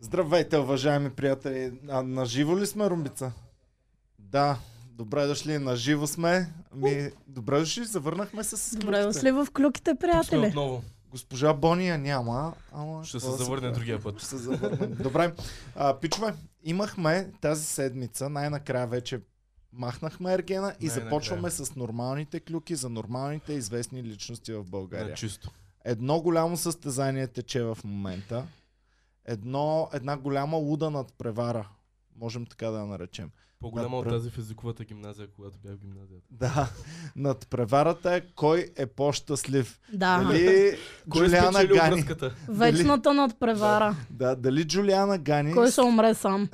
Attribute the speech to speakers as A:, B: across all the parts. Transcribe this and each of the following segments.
A: Здравейте, уважаеми приятели. А, на живо ли сме, Румбица? Да, добре дошли, на живо сме. Ми, добре дошли, завърнахме се с
B: Добре
A: клюките.
B: дошли в клюките,
C: Тук сме
B: приятели.
C: отново.
A: Госпожа Бония няма, ама...
C: Ще се
A: какво да
C: завърне
A: прави?
C: другия път.
A: Ще се завърне. Добре, а, пичове, имахме тази седмица, най-накрая вече махнахме Ергена и
C: Най-накрая.
A: започваме с нормалните клюки за нормалните известни личности в България.
C: На чисто.
A: Едно голямо състезание тече в момента. Едно, една голяма луда надпревара. Можем така да я наречем.
C: По-голяма от
A: Напра-
C: тази в езиковата гимназия, когато бях в гимназията.
A: Да, надпреварата е кой е по-щастлив.
B: Да,
A: Дали
C: Кой е
A: Джулиана
C: спечели
A: Гани.
C: връзката?
B: вечната надпревара.
A: Да, дали Джулиана Гани.
B: Кой ще умре сам?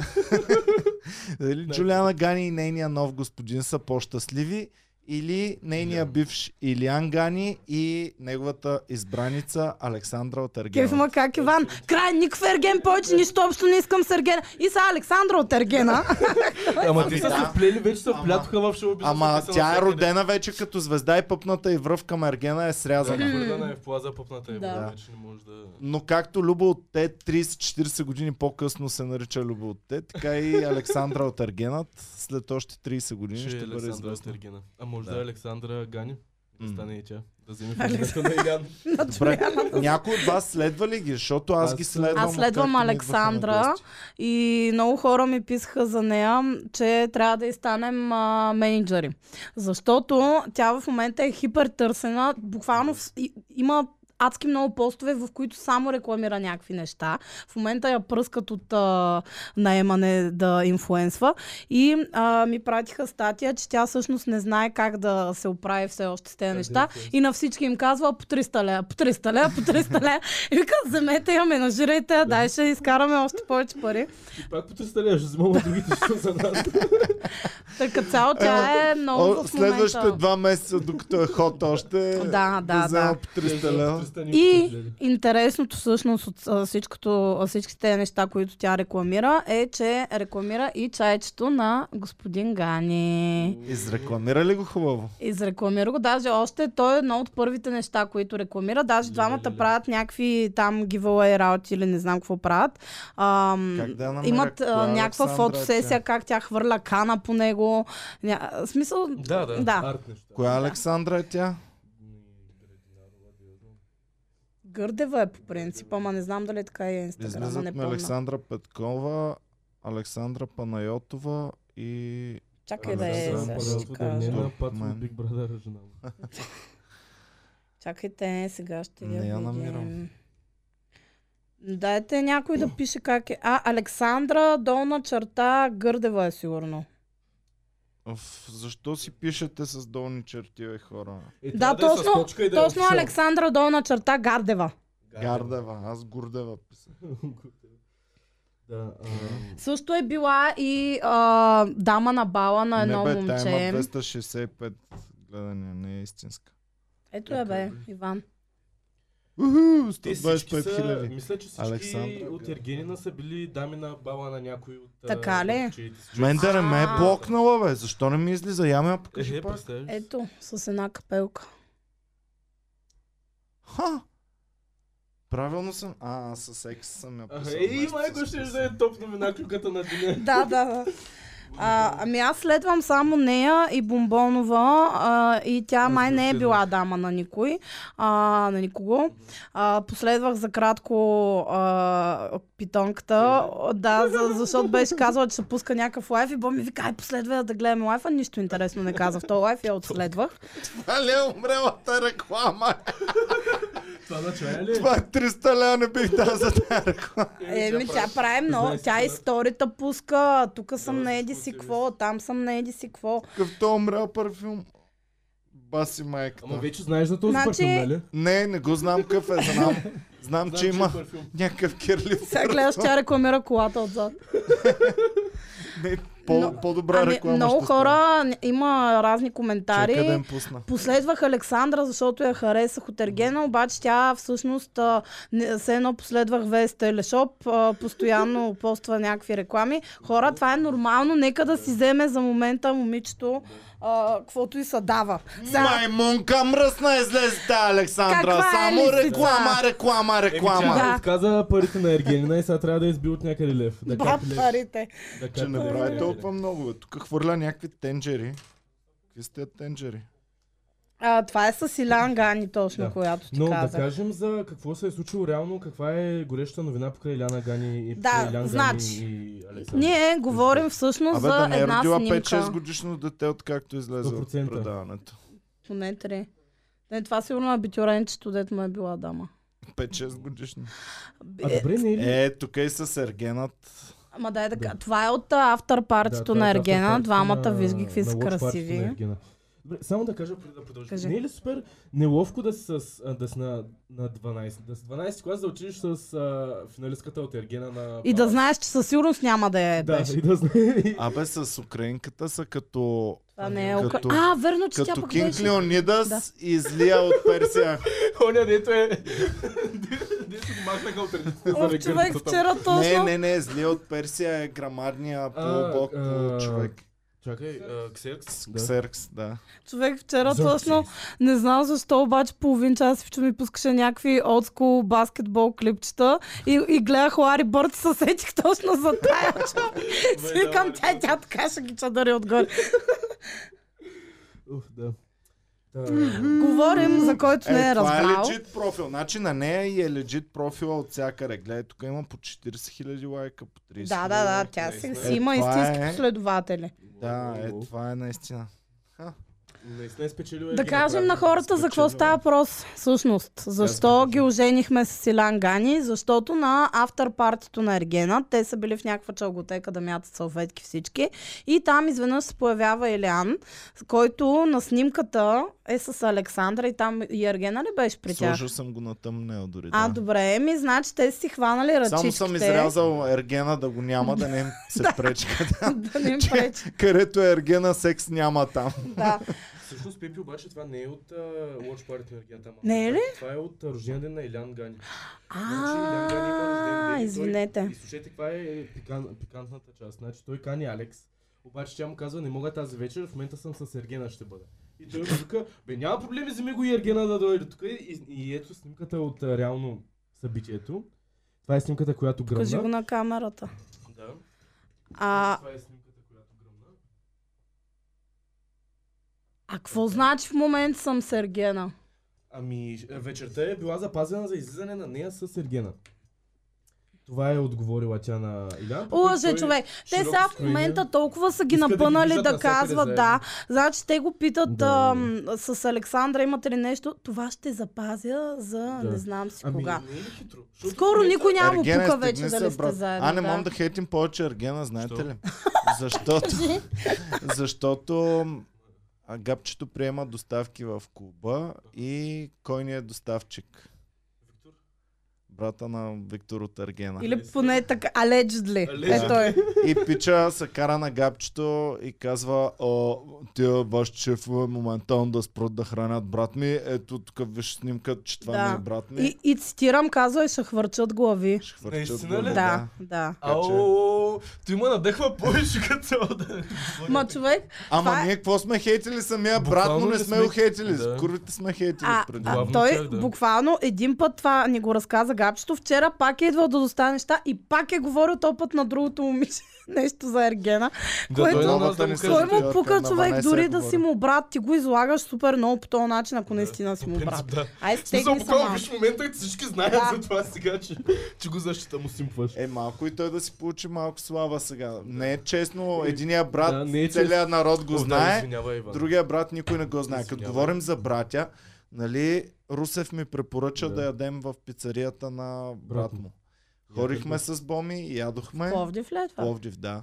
A: Дали
C: Да.
A: Джулиана Гани и нейния нов господин са по-щастливи или нейния
C: Илян.
A: бивш Илиан Гани и неговата избраница Александра от
B: Кеф
A: Ергена.
B: ма как Иван. Край, Ник Ферген, повече нищо общо не искам с Ергена. И са Александра от Ергена.
C: Ама ти
A: Ами
C: са
A: да.
C: се вплели, вече се
A: Ама-
C: вплятоха в шоубизнеса.
A: Ама
C: те са
A: тя е
C: навсякъде.
A: родена вече като звезда и пъпната и връв към Ергена е
C: Да,
A: срязана.
C: Върдана е в плаза пъпната е,
B: Да.
C: вече не може да...
A: Но както Люба от те 30-40 години по-късно се нарича Люба от те, така и Александра от Аргенът след още 30 години ще,
C: Ще е
A: бъде
C: Александра
A: известна.
C: Тергена. А може
A: Да.
C: да е Александра Гани. Да
A: М.
C: стане и тя. Да вземе фамилията на Илян.
A: Добре, някой от вас следва ли ги? Защото аз,
C: Аз
A: ги
C: следвам.
A: следвам.
B: Аз следвам
A: откакто ми идваха на
B: Александра
A: гости.
B: и много хора ми писаха за нея, че трябва да и станем а, менеджери. Защото тя в момента е хипертърсена. Буквално в, и, има адски много постове, в които само рекламира някакви неща. В момента я пръскат от а, наемане да инфлуенсва. И а, ми пратиха статия, че тя всъщност не знае как да се оправи все още с тези
C: да
B: неща.
C: инфлуенсва.
B: И на всички им казва по 300 лея, по 300 лея, по 300 лея. И вика, вземете я, менажирайте я, дай ще изкараме още повече пари.
C: И пак потърсталя, ще вземам от другите, що за нас.
B: Така цяло тя е много
A: О,
B: в
A: следващите
B: момента.
A: два месеца, докато е хот още,
B: Да, да,
A: взема
B: да.
A: по 300 лева. Е,
B: И интересното всъщност от а, всичкото, а, всички тези неща, които тя рекламира, е, че рекламира и чайчето на господин Гани.
A: Изрекламира ли го хубаво?
B: Изрекламира го, даже още той е едно от първите неща, които рекламира. Даже
C: Леле,
B: двамата
C: леле.
B: правят някакви там giveaway работи или не знам какво правят. Ам,
A: Как да я намеря?
B: имат
A: Коя
B: а, някаква
A: Александра е
B: фотосесия,
A: тя?
B: как тя хвърля кана по него. Ня... в Смисъл,
C: Да, да,
B: Да.
C: арт неща.
A: Коя Александра е тя?
B: Гърдева е по принцип, ама не знам дали така е инстаграма, не
A: Излизат ми
B: помня.
A: Александра Петкова, Александра Панайотова и
B: Чакай да е,
A: Александра
B: сега ще ти
A: Павлова,
B: кажа.
A: Деница.
C: Не напад
A: Мен.
C: от Big Brother жена. му.
B: Чакайте, е, сега ще я
A: Не я
B: видим.
A: намирам.
B: Дайте някой да пише как е. А, Александра, долна черта, Гърдева е сигурно.
A: Оф, защо си пишете с долни черти, бе, хора?
C: Е,
B: Да,
C: трябва е с
B: точно-
C: точка и да е
B: Точно
C: офишал.
B: Александра, долна черта, Гардева.
A: Гардева, аз Гурдева писах.
C: Да, а,
B: Също е била и а, дама на бала на едно
A: не, бе, Тя
B: момче.
A: има 265 гледания, не е истинска.
B: Ето е бе, Иван.
A: Уху,
C: те всички
A: 125
C: са,
A: хиляди.
C: мисля, че всички
A: Александра.
C: от Ергенина са били дами на бала на някой от... а,
B: Така ли?
C: от чиите си.
A: Мен да не ме е
B: А.
A: блокнала, бе. Защо не ми излиза? Я ме
C: Е,
A: покажи
C: е,
A: пак.
C: представяш. Е,
B: Ето, с една капелка.
A: Ха! Правилно съм. А, аз с екс съм я писал.
C: Ей,
A: нещо
C: майко,
A: с
C: е, ще
A: писал.
C: да е топ новина клюката на деня.
B: Да, да, да. А, ами аз следвам само нея и Бомбонова а, и тя
C: Аз
B: май
C: не
B: не е
C: следвам.
B: била дама на никой, а, на никого. А, последвах за кратко а, питонката, да, за, защото беше казала, че ще пуска някакъв лайф и Бо ми вика, ай последвай я да гледаме лайфа, нищо интересно не каза в този лайф, я отследвах.
A: Али е умрелата реклама.
C: Това начая ли? е?
A: Това е 300 лева не бих дал за тази реклама.
B: Еми, тя
C: прави-
B: прави много,
C: Знаеш,
B: тя
C: да.
B: историта пуска, тук съм
C: Да,
B: на
C: да,
B: еди
C: да,
B: си
C: да.
B: какво, там съм на еди си какво.
A: Какъв то умрял първи филм? Баси майката.
C: Ама вече знаеш за този
B: Значи-
C: парфюм, нали?
A: Не, не го знам какъв е. Знам, знам че
C: Знам,
A: Значи има
C: е парфюм.
A: някакъв кирлив.
B: Сега гледаш, тя рекламира колата отзад.
A: Не, По, по-добра
B: Ами,
A: реклама
B: много
A: ще стане.
B: хора н- има разни коментари.
A: Чакай да им пусна.
B: Последвах Александра, защото я харесах от Ергена, обаче тя всъщност а, не, все едно последвах ВС Телешоп, а, постоянно поства някакви реклами. Хора, това е нормално, нека да си вземе за момента момичето, а, каквото и се дава. Сега,
A: Маймунка мръсна излезе та Александра.
B: Каква е
A: Само
B: лисица?
A: реклама, реклама, реклама.
C: Е,
B: Да.
D: Ама отказа парите на Ергенина и сега трябва да изби от някъде лев. Да
B: ба,
D: капи лев.
B: парите.
D: Да
A: Че
D: капи
A: не
D: лев.
A: прави толкова много. Бе. Тук хвърля някакви тенджери. Какви сте тенджери?
B: А, това е с Илян Гани точно,
D: Да.
B: която ти
D: Но да
B: казах.
D: кажем за какво се е случило реално, каква е гореща новина покрай Иляна Гани и
B: Да,
D: покрай Илян
B: значи,
D: Гани и Александър.
B: Ние говорим всъщност
A: Абе,
B: за
A: да не е
B: една
A: родила
B: снимка.
A: 5-6 годишно дете, откакто излезе от
D: 100%.
A: предаването.
B: Поне три. Не, това сигурно е битюренчето, дето му е била дама.
A: 5-6 годишно.
D: А добре, не е ли?
A: Е, тук и с Ергенът.
B: Ама дай да, кажа, това е от а, автор партито
D: това
B: на
D: е
B: Ергена,
D: автопартито
B: двамата
D: на-
B: вижги какви
D: на
B: са
D: watch partито на
B: красиви.
D: Ергена. Добре, само да кажа преди да продължим.
B: Кажи.
D: Не е ли супер неловко да си, с, а, да си на, на 12? Да си 12 клас да отидеш с а, финалистката от Ергена на...
B: И да знаеш, че със сигурност няма да я е
D: Да,
B: беше.
D: и да знаеш.
A: Абе, с украинката са като...
B: Това не е
A: Като-
B: укра... А, верно, че тя
A: Като
B: пък
A: Кинг
B: беше.
A: Леонидас
B: Да.
A: излия от Персия.
D: Оня, дето е... Дето го махнаха от редиците
B: Ох, човек, вчера точно.
A: Не, не, не, злия от Персия е грамарния полубог
D: а,
A: човек.
D: Чакай, а, Ксеркс?
A: Ксеркс, да.
B: Човек, вчера
D: Зорче.
B: точно. Не знам защо, обаче половин час Фичо ми пускаше някакви отско баскетбол клипчета и, и гледах Лари Бърт и се сетих точно за тая. човек. Си
D: Бе, да,
B: викам,
D: Лари
B: тя, тя така ще ги чадари отгоре.
D: Уф, да. Та,
B: Говорим за който не
A: Е,
B: е
A: това е
B: разбрал.
A: легит профил. Значи на нея и е легит профила от всякъде. Гледай, тук има по 40 000 лайка, по 30
B: Да, да, да, тя
D: Е,
B: си,
D: това
B: си има
A: е.
B: истински последователи.
A: Да, е, това е наистина.
D: Наистина е спечелил
B: Да
D: Ергена,
B: кажем
D: правилно.
B: на хората за какво
A: Спечелила.
B: става въпрос всъщност. Защо ги оженихме с Илян Гани? Защото на автор партито на Ергена, те са били в някаква чалготека да мятат салфетки всички. И там изведнъж се появява Илян, който на снимката е с Александра и там и Ергена ли беше при тях?
A: Сложил съм го на тъмнел дори.
B: А,
A: да.
B: добре, ми значи те са си хванали ръчичките.
A: Само съм изрязал Ергена да го няма, да не им се пречка.
B: да не им пречи.
A: Където е Ергена, секс няма там.
B: Да.
D: Всъщност, Пепи, обаче това не е от Watch Party на Ергена. ама
B: Не е ли?
D: Това е от а, рождения ден на Илян Гани. Значи Илян Гани има рожден
B: А,
D: ден и той-
B: извинете.
D: И слушайте, каква е пикан, пикантната част. Значи той кани Алекс, обаче тя му казва, не мога тази вечер, в момента съм с Ергена ще бъда. И той му вика, бе няма проблеми, вземи го и Ергена да дойде тук. И, и ето снимката от а, реално събитието. Това е снимката, която
B: Кажи го
D: гръмна.
B: на камерата.
D: Да.
B: А,
D: Това е снимката, която гръмна.
B: а какво значи в момента съм с Ергена?
D: Ами, е, вечерта е била запазена за излизане на нея с Сергена. Това е отговорила тя на Илян. пък
B: Лъже
D: той
B: човек. Те
D: широко
B: сега в
D: скроения.
B: момента толкова са ги
D: Иска да ги
B: напънали да,
D: виждат навсякъде
B: казват
D: заедно.
B: да. Значи те го питат
D: Да.
B: ам, с Александра имате ли нещо. Това ще запазя за
D: Да.
B: не знам си
D: Ами,
B: кога.
D: не е ли хитро? Защото в
B: Скоро
D: момента-
B: никой няма му
A: Ергена,
B: пука
A: стегни
B: вече
A: се,
B: дали сте
A: е брат.
B: заедно.
A: А, не можем
B: да.
A: да хейтим повече Ергена, знаете
D: Що?
A: ли? Защото... защото а, гапчето приема доставки в клуба и кой ни е доставчик?
D: Виктор?
A: Брата на Виктор от Ергена.
B: Или поне така, allegedly.
D: Allegedly.
B: Е той.
A: И пича се кара на гапчето и казва, О, тия ваш шеф е моментално да спрат да хранят брат ми. Ето тук виж снимка, че това
B: Да.
A: не е брат ми.
B: И, и цитирам, казва и ще хвърчат глави.
A: Ще хвърчат
D: Наистина ли?
A: го,
B: Да, да.
D: Ау, ти му надъхва повече като цяло да...
B: Ма човек,
A: Ама
B: Това е-
A: ние какво сме хейтили самия брат,
D: Буквално
A: но не
D: не
A: сме
D: сме-
A: го хейтили.
D: Да.
A: Курвите сме хейтили
B: А,
A: преди.
B: а
D: Главно
B: той
D: тях, да.
B: буквално един път това ни го разказа Габчето. Вчера пак е идвал да достане неща и пак е говорил то път на другото момиче нещо за Ергена.
D: Да,
B: което-
D: дойде на нас
A: Новата
D: да
A: ни
D: му
A: се
B: Кой
D: каже,
A: Кажете,
B: му
A: Йорка,
B: пука
A: на
B: човек,
A: 12
B: дори да
A: говоря.
B: си му брат, ти го излагаш супер много по този начин, ако наистина си
D: по
B: му брат.
D: принцип, да.
B: Ай,
D: В смисъл,
B: стегни се
D: буквално
B: малко.
D: виж в момента, всички знаят
B: Да.
D: за това сега, че, че го защита му симпваш.
A: Е, малко и той да си получи малко слава сега. Не е честно, единия брат,
D: Да,
A: да,
D: не е честно.
A: целият народ го
D: О, да,
A: знае,
D: извинявай, Иван.
A: другия брат никой не го знае. Като
D: Извинявай.
A: говорим за братя, нали, Русев ми препоръча да,
D: Да.
A: ядем в пицарията на брат
D: Брат му.
A: му. Хорихме с Боми, ядохме.
B: Пловдив ли е това?
A: Пловдив, да.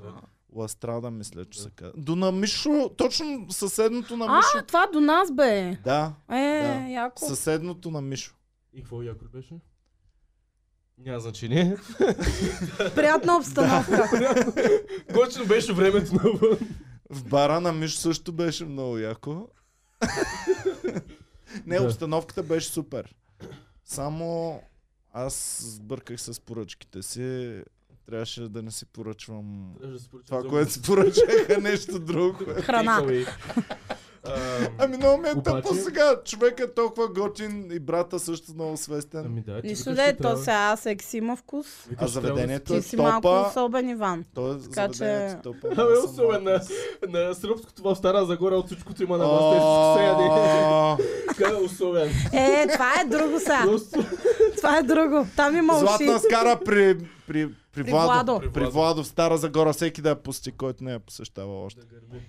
A: Ластрада, мисля, че се казва. До на Мишо, точно съседното на
B: А,
A: Мишо.
B: това до нас бе. Е,
A: Да,
B: яко.
A: съседното на Мишо.
D: И какво яко беше? Няма значение.
B: Приятна обстановка.
D: Гочно беше времето навън.
A: В бара на Миш също беше много яко. Не,
D: Да.
A: обстановката беше супер. Само аз сбърках с поръчките си. Трябваше да не си поръчвам
D: Трябваше да се поръчам
A: това,
D: за-
A: което си поръчаха нещо друго.
B: Храна.
D: Takeaway. Ам,
A: Ами много ми е
D: Обаче-
A: тъпо сега. Човек е толкова готин и брата също много свестен.
D: Ами да, ти
B: Нищо
D: викаш,
B: да
D: че
B: е, то
D: трябва-
B: сега секс има вкус.
D: викаш,
A: А
D: че трябва да
A: заведението е
B: Ти
A: в
B: си малко
A: топа.
B: особен Иван.
A: Той е
B: Така че-
A: заведението е в топа.
D: Абе,
A: аз съм
D: особен,
A: малко-
D: На сръбското в Стара Загора от всичкото има на вас, те всичко се яде.
A: О,
D: Така е особен.
B: Е, това е друго сега.
D: Просто
B: Това е друго. Там има уши.
A: Златна скара при, при, при,
B: При
A: Владо.
B: Владо.
A: При,
D: При
A: Владо в Стара Загора всеки да я пусти, който не я посещава още.
D: да гърби.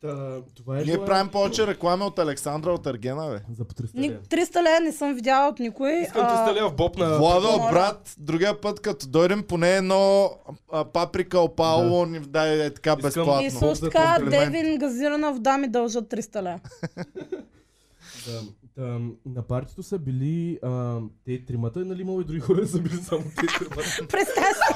D: Та, това е
A: Ние
D: желание
A: правим повече реклами от Александра от Аргена, бе.
D: за по 300
B: Ни-
D: лева.
B: 300 лея не съм видяла от никой.
D: Искам
B: А,
D: 300 лева в боб на...
A: Владо,
B: моля.
A: брат, другия път като дойдем поне едно а, паприка опало ни дай е така
D: Искам-
B: И
A: безплатно.
B: също
D: За
B: така
A: комплимент.
B: Девин газирана вода ми дължат 300 лея.
D: Да, да, на партито са били а, те тримата, нали имало и други хора са били само те тримата.
B: Представя си,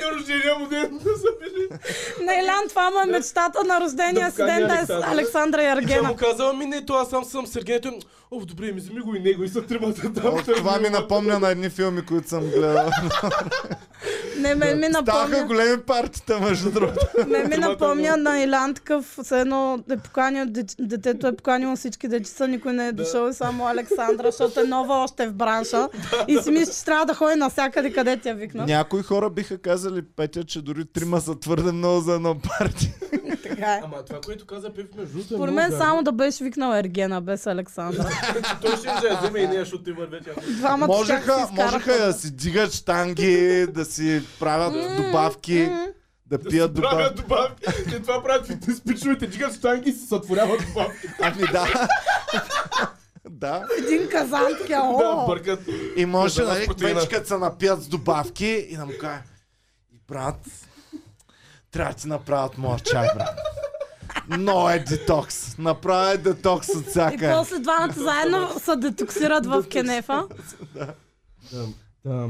D: На рождения му ден не са били.
B: на Илян това му е мечтата на рождения
D: Да
B: си ден
D: покани
B: да е с
D: Александра.
B: Александра и
D: И тя му
B: Аргена.
D: казала, ми не, то аз сам съм Сергей. Той, о, добре, ми вземи го и него и са тримата там.
A: О, Това ми напомня на едни филми, които съм гледал.
B: Не ме ми
A: Ставаха
B: напомня,
A: големи партита, между другото.
B: ме ми
D: Тримата
B: напомня
D: много.
B: на Илян такъв, все едно е поканил, деч- детето е поканило всички дечица, никой не е
D: Да.
B: дошъл и само Александра, защото е нова още в бранша. И си мисля, че трябва да ходи навсякъде, къде тя викна.
A: Някои хора биха казали, Петя, че дори трима са твърде много за едно парти.
B: Така е.
D: Ама това, което каза Пев, между другото, е
B: Според
D: много
B: мен
D: вярно.
B: само да беше викнала Ергена без Александра.
D: Той ще я вземе и нея, защото те вървят тя.
B: Двамата чак си
A: Можеха,
B: изкараха.
A: можеха да си дигат штанги, да си правят
B: М,
A: добавки,
B: м.
A: да пият добавки.
D: Правят добавки. Те Е, това правят фитнес пичовете, дигат штанги и се сътворяват добавки.
A: Ами да. да.
B: Един казан такива,
D: Да,
B: о!
D: бъркат.
A: И може,
D: Да,
A: нали,
D: с протеина.
A: вече като се напият с добавки и да му кажа, и брат, трябва да ти направят моят чай, брат. Но е детокс. Направя детокс от
B: И
A: всяка.
B: после двамата заедно се детоксират в Кенефа.
D: Да, да.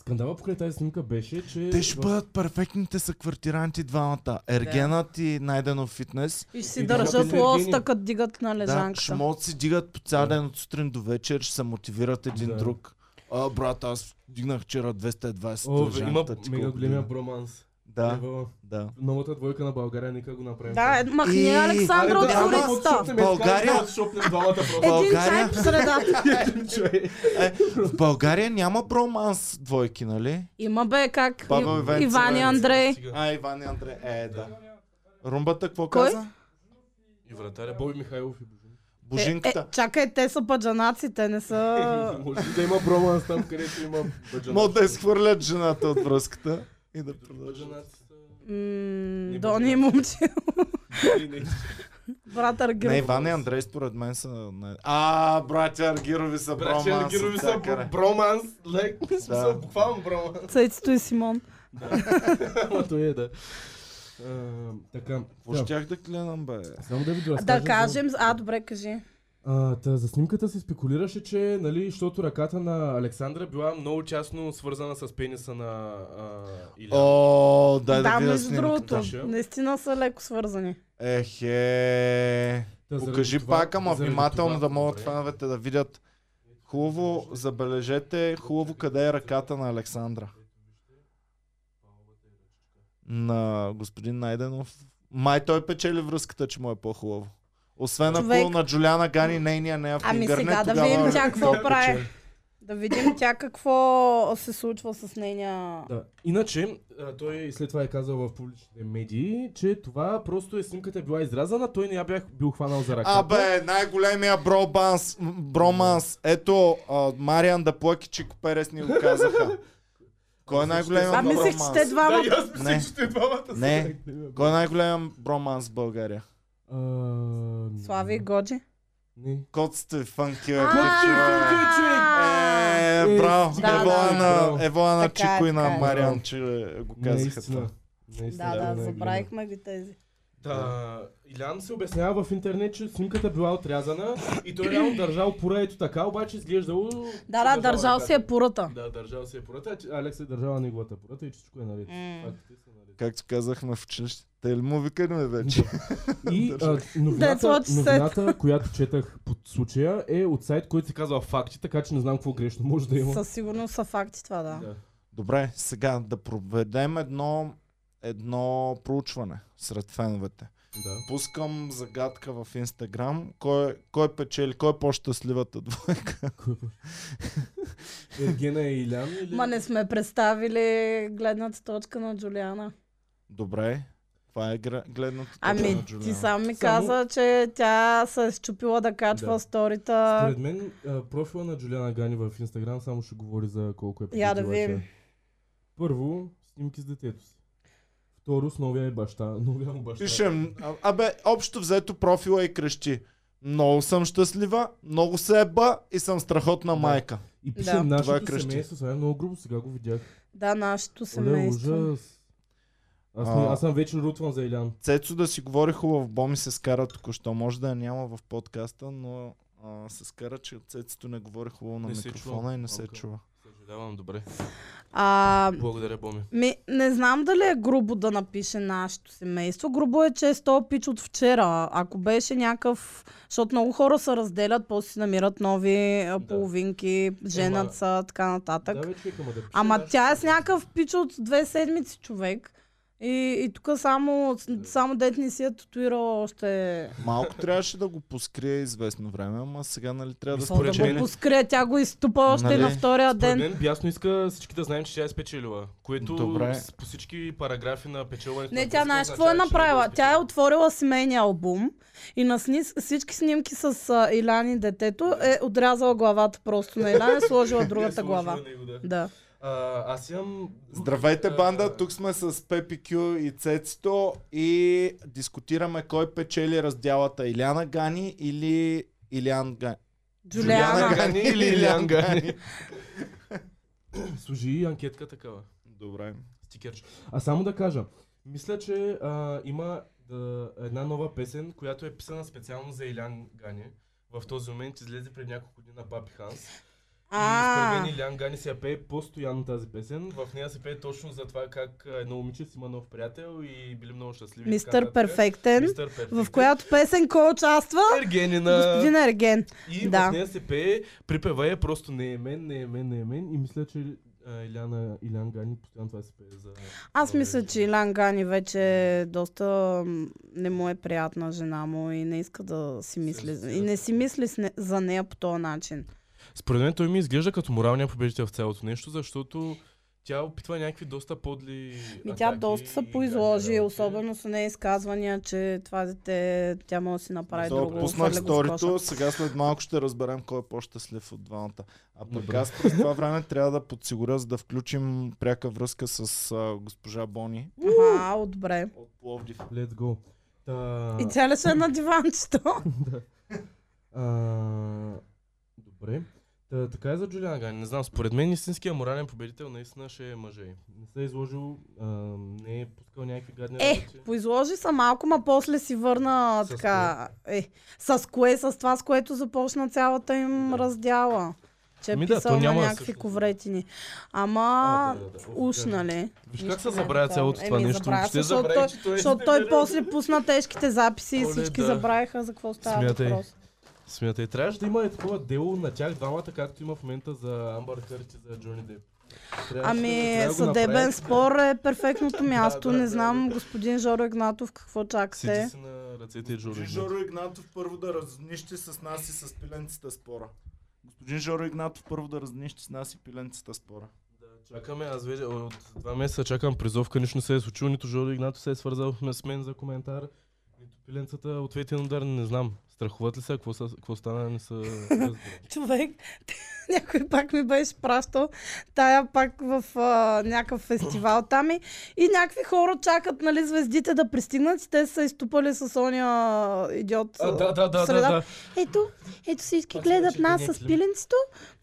D: Скандала покрай тази снимка беше, че...
A: Те ще бъдат перфектните съквартиранти двамата. Ергенът и Найденов фитнес.
B: И ще си
D: И
B: държат
D: двамата
B: лоста,
D: енергийни.
B: като дигат на
A: Да,
B: лежанката.
A: шмот си дигат по цял ден от сутрин до вечер, ще се мотивират един
D: Да.
A: друг. А, брат, аз дигнах вчера 220
D: О, бе, има
A: лежанката, ти
D: мега
A: колко
D: големия
A: дигна?
D: броманс.
A: Да,
D: Ева,
A: да.
D: Новата двойка на България, нека го направим.
B: Да, е, махни
A: И-
D: Аре,
B: Александра от
A: Аре, да, ама-
B: туриста.
D: отшопнем,
A: България- Е,
D: изкараме, отшопнем двамата просто.
B: Един
A: България-
B: чай по средата.
D: Един човек.
A: В България няма броманс двойки, нали?
B: Има бе как
A: Баба
B: И-
A: Венцева е.
B: Иван и Андрей.
D: Стига.
A: А, Иван и Андре, е, да. Румбата, какво
B: Кой?
A: каза?
D: И вратаря Боби Михайлов и Божин.
B: Е, е,
A: Божинката.
B: чакай, те са паджанаци, те не са...
D: Може да има броманс там, където има
B: Е,
D: бъджанаци.
A: Могат да изхвърлят жената от връзката и да продължат.
D: Бъджанаци са-
B: М,
D: Не
B: Дони и
D: бъджанаци.
B: момче,
D: или не.
B: брат
A: Не,
B: Аргил.
A: Иван е- и Андрей според мен са... на- А, братя Аргирови са броманс.
D: Брачен герови са
A: отсякъде.
D: броманс, лек, в
A: Да.
D: смисъл, буквално броманс.
B: Цецито и Симон.
D: Ама то е, да. А, Така,
A: Какво щях да клянам, бе?
D: само да ви
B: Да
D: разкажа. за-
B: кажем... А, добре, кажи.
D: А, та, за снимката се спекулираше, че, нали, защото ръката на Александра била много тясно свързана с пениса на а, Илян.
A: О, дай да
B: Да,
A: видя
B: между
A: снимката.
B: другото,
D: Ще я.
B: наистина са леко свързани.
A: Ехе.
D: Та, заради
A: Покажи
D: това-
A: пак, ама
D: заради
A: внимателно
D: това-
A: да могат
D: Добре.
A: фановете да видят. Хубаво, забележете, хубаво къде е ръката на Александра. На господин Найденов. Май той печели връзката, че му е по-хубаво. Освен ако
B: Човек.
A: на Джуляна Гани нейния не е в
B: Ами
A: фингърне,
B: сега да
A: тогава
B: видим тя какво
A: той
B: прави.
A: печели.
B: Да видим тя какво се случва с нейния...
D: Да. Иначе, а, той след това е казал в публичните медии, че това просто е снимката е била изрязана, той не я бях бил хванал за ръката.
A: Абе, най-големия бробанс, м, броманс. Ето, а, Мариан да плъки, Чико Перес ни го казаха. Кой е най-големия
B: А
A: броманс?
B: мислех, че те двама...
D: Да, и аз
A: Не.
D: мисля, че те двамата са.
A: Не.
D: так, бе.
A: Кой е най-голям броманс в България?
D: А, не.
B: Слави и Годжи.
D: Не.
A: Коците фънки е
B: А,
A: ключове. Е,
B: човек.
A: браво!
B: Да,
A: Евола
B: да.
A: на, евола на
B: Така е,
A: Чико и на
B: така е.
A: Мариан, че го казаха това.
D: Наистина. е Наистина,
B: Да, да,
D: най-голям.
B: забравихме ги тези.
C: Та, Илян се обяснява в интернет, че снимката била отрязана и той е реално държал пора ето така, обаче изглеждало... че
B: Да, да, държал си
C: ръката.
B: е поръта.
C: Да, държал си е пората, а че Алекс е държала неговата пората и че всичко е наред.
B: М.
C: Фактите са наред.
A: Както казахме в училище. Те ли му викаме вече?
C: И а,
B: That's
C: новината,
B: what she said.
C: новината, която четах под случая е от сайт, който се казва Факти, така че не знам какво грешно може да има.
B: Със сигурност са факти това, да.
C: Да.
A: Добре, сега да проведем едно, едно проучване сред феновете.
C: Да.
A: Пускам загадка в Инстаграм. Кой, кой печели, кой е по-щастливата двойка?
C: Ергена и Илян или...
B: Ма не сме представили гледната точка на Джулиана.
A: Добре, това е гра- гледната точка на
B: Ами, ти
A: Джулиана.
B: сам ми
C: Само-
B: каза, че тя се е счупила да качва
C: Да.
B: сторита.
C: Според мен а, профила на Джулиана Гани в Инстаграм само ще говори за колко е
B: Я да
C: победила
B: видим.
C: тя. Първо, снимки с детето си. Второ, с новия е баща. Новия му баща.
A: Пишем, а- абе, общо взето профила и крещи. Много съм щастлива, много се еба и съм страхотна
C: Да.
A: майка.
C: И пише
B: Да.
A: Това е
C: нашето
A: кръщи.
C: семейство. Сега е много грубо, сега го видях.
B: Да, нашето
C: Оле,
B: семейство.
C: ужас. Аз, не,
A: А.
C: аз съм вече рутвам за Илян.
A: Цецо да си говори хубаво, Боми се скара току-що. Може да я няма в подкаста, но а, се скара, че Цецото не говори хубаво на
C: Не се
A: микрофона
C: чува.
A: и не се
C: Окей.
A: чува.
C: Съжалявам, добре.
B: А,
C: Благодаря, Боми.
B: ми, не знам дали е грубо да напише нашето семейство. Грубо е, че е 100 пич от вчера. Ако беше някакъв... Защото много хора се разделят, после си намират нови а,
C: Да.
B: половинки, женат са, така нататък.
C: Да, бе, човек, ама да пише
B: Ама
C: нашето
B: тя е с
C: семейство.
B: някакъв пич от две седмици човек. И, и тук само, само дет не си е татуирала още.
A: Малко трябваше да го поскрие известно време, ама сега нали трябва да
C: Какво да
A: според
B: Го
A: мен.
B: поскря, тя го изтупа още
A: Нали?
B: на втория
D: Според
B: ден.
D: мен бясно иска всички да знаем, че тя е спечелила. Което
A: Добре.
D: с- по всички параграфи на печелването. на
B: Не, тя
D: Бърска
B: знаеш какво е
D: означава, че не
B: направила.
D: го
B: Тя е
D: спечелила.
B: отворила семейния албум и на сни, всички снимки с а, Илян и детето е отрязала главата просто на Илян и е сложила
D: Вие
B: другата
D: сложила
B: глава.
D: на него, да.
B: Да.
D: А, аз имам...
A: Здравейте,
D: А,
A: банда! Тук сме с Пепи Кю и Цецито и дискутираме кой печели разделата Иляна Гани или Илян Гани.
B: Джулиана.
D: Гани или Илян Гани?
C: Служи и анкет.
D: Кетка такава.
A: Добре.
D: Стикерче.
C: А само да кажа, мисля, че а, има да, една нова песен, която е писана специално за Илян Гани. В този момент излезе пред няколко дни на Папи Ханс. И според
B: А,
D: мен
C: Илян Гани се я пее постоянно тази песен. В нея се пее точно за това как а, едно момиче си има нов приятел и били много щастливи. и така
B: Мистър
C: нататък.
B: Перфектен,
C: Мистър Перфектен.
B: в която песен кой участва?
D: Ергенина.
B: Господин Ерген.
C: И
B: Да.
C: в нея се пее, припева е просто не е мен, не е мен, не е мен. И мисля, че а, Иляна, Илян Гани постоянно това се пее за...
B: Аз
C: за-
B: мисля, че Илян Гани вече е доста м, не му е приятна жена му и не иска да си мисли. И не си мисли с не- за нея по този начин.
D: Според мен той ми изглежда като моралния победител в цялото нещо, защото тя опитва някакви доста подли
B: Ми тя
D: атаки
B: доста
D: и
B: се
D: гадни
B: поизложи,
D: работи.
B: особено с нея изказвания, че това дете, тя може да си направи
A: То,
B: друго.
A: пуснах
B: хвърля го в
A: сторито,
B: коша.
A: сега след малко ще разберем кой е по-щастлив от двамата. А пък
C: Добре.
A: аз през това време трябва да подсигуря, за да включим пряка връзка с а, госпожа Бони
B: Аха, добре.
A: от Пловдив.
C: Let's go. Та...
B: И тя ли ще е на диванчето?
C: А, добре.
D: Та, така е за Джулиан Гани. Не знам, според мен истинския морален победител наистина ще е мъже.
C: Не се е изложил, а, не е пускал някакви гадни
B: Е,
C: работи.
B: поизложи се малко, ма после си върна
D: С
B: така. Е, с кое? С това, с което започна цялата им
D: Да.
B: раздяла. Че е
D: Ами да,
B: писал
D: то
B: на
D: няма
B: някакви
D: всъщност.
B: ковретини. Ама,
C: А, да, да, да.
B: уж, нали?
D: Виж
B: Нищо
D: как се
B: не е
D: забравя
B: такова.
D: цялото това
B: Еми,
D: нещо.
B: забравя
D: Въобще
B: се, защото
D: забравя,
B: той-
D: че той е
B: Защото той после пусна тежките записи и
D: Оле,
B: всички
D: да.
B: забравиха за какво става
D: Смятай.
B: въпрос.
D: Смята и
C: Трябваше
D: трябваше да...
C: да има е такова дело на тях двамата, както има в момента за Амбър Хърт и за Джони Деп. Трябваше да-
B: Ами,
C: трябва да го
B: съдебен
C: направят.
B: спор е перфектното място.
D: да, да,
B: Не
D: да.
B: знам, господин Жоро Игнатов, какво чакате.
D: Сиди си на ръцете и Джури.
A: Жоро Игнатов първо да разнищи с нас и с пиленцата спора. Господин Жоро Игнатов първо да разнищи с нас и пиленцата спора.
D: Чакаме, аз вече от два месеца чакам призовка, нищо не се е случило, нито Жоро Игнато се е свързал ме- с мен за коментар, нито пиленцата ответен удар, не знам. Страхуват ли се, какво, са, какво стана, не са... разбирам.
B: Човек, някой пак ми беше пращал тая пак в а, някакъв фестивал там и, и някакви хора чакат нали, звездите да пристигнат и те са изтупали с ония идиот
D: А, да, да, да, да,
B: среда.
D: да.
B: Ето, ето всички
D: Аз
B: гледат
D: вече
B: нас
D: не
B: с
D: гледам.
B: пиленцето.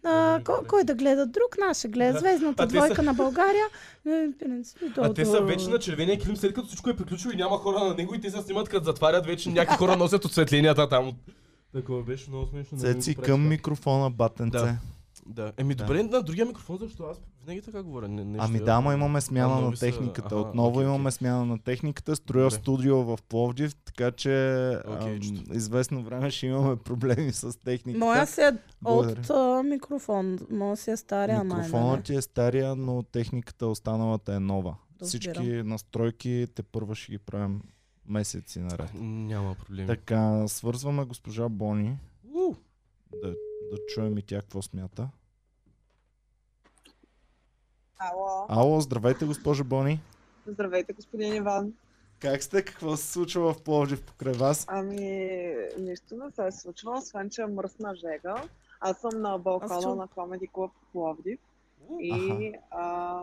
B: А,
D: не
B: кой,
D: гледам.
B: кой да гледа друг? Наша гледа.
D: Да.
B: Звездната
D: А те са-
B: двойка на България. Е, Пиленцето. до-
D: А те са
B: до-
D: вече на червения килим, след като всичко е приключило и няма хора на него и те се снимат като затварят вече. Някакви хора носят отсветленията там. Такова беше много смешно. не ми го
A: Цеци
D: прави
A: към
D: това.
A: микрофона, батенце.
D: Да. Да. Еми
A: Да.
D: добре, на другия микрофон, защо аз винаги така говоря. Не, не
A: Ами
D: ще-
A: да, ама имаме смяна
D: А,
A: на
D: нови са-
A: техниката.
D: аха,
A: Отново
D: окей, окей.
A: имаме смяна на техниката. Строя
D: Добре.
A: студио в Пловдив, така че
D: Окей,
A: ам,
D: чето.
A: известно време ще имаме проблеми с техниката.
B: Моя си е
A: Благодаря.
B: от а, микрофон. Моя си е стария май. нали?
A: Микрофонът ти е стария, но техниката останалата е нова.
B: Разбирам.
A: Всички настройки те първа ще ги правим месеци наред.
D: Няма проблеми.
A: Така, свързваме госпожа Бони
D: Уу!
A: да, да чуем и тя какво смята.
E: Ало,
A: Ало, здравейте госпожа Бони.
E: здравейте господин Иван.
A: Как сте? Какво се случва в Пловдив покрай вас?
E: Ами, нищо не се е случило, освен че е мръсна жега. Аз съм на
B: Аз
E: балкона
B: чувам.
E: на Comedy Club в Пловдив
A: Аха.
E: и а,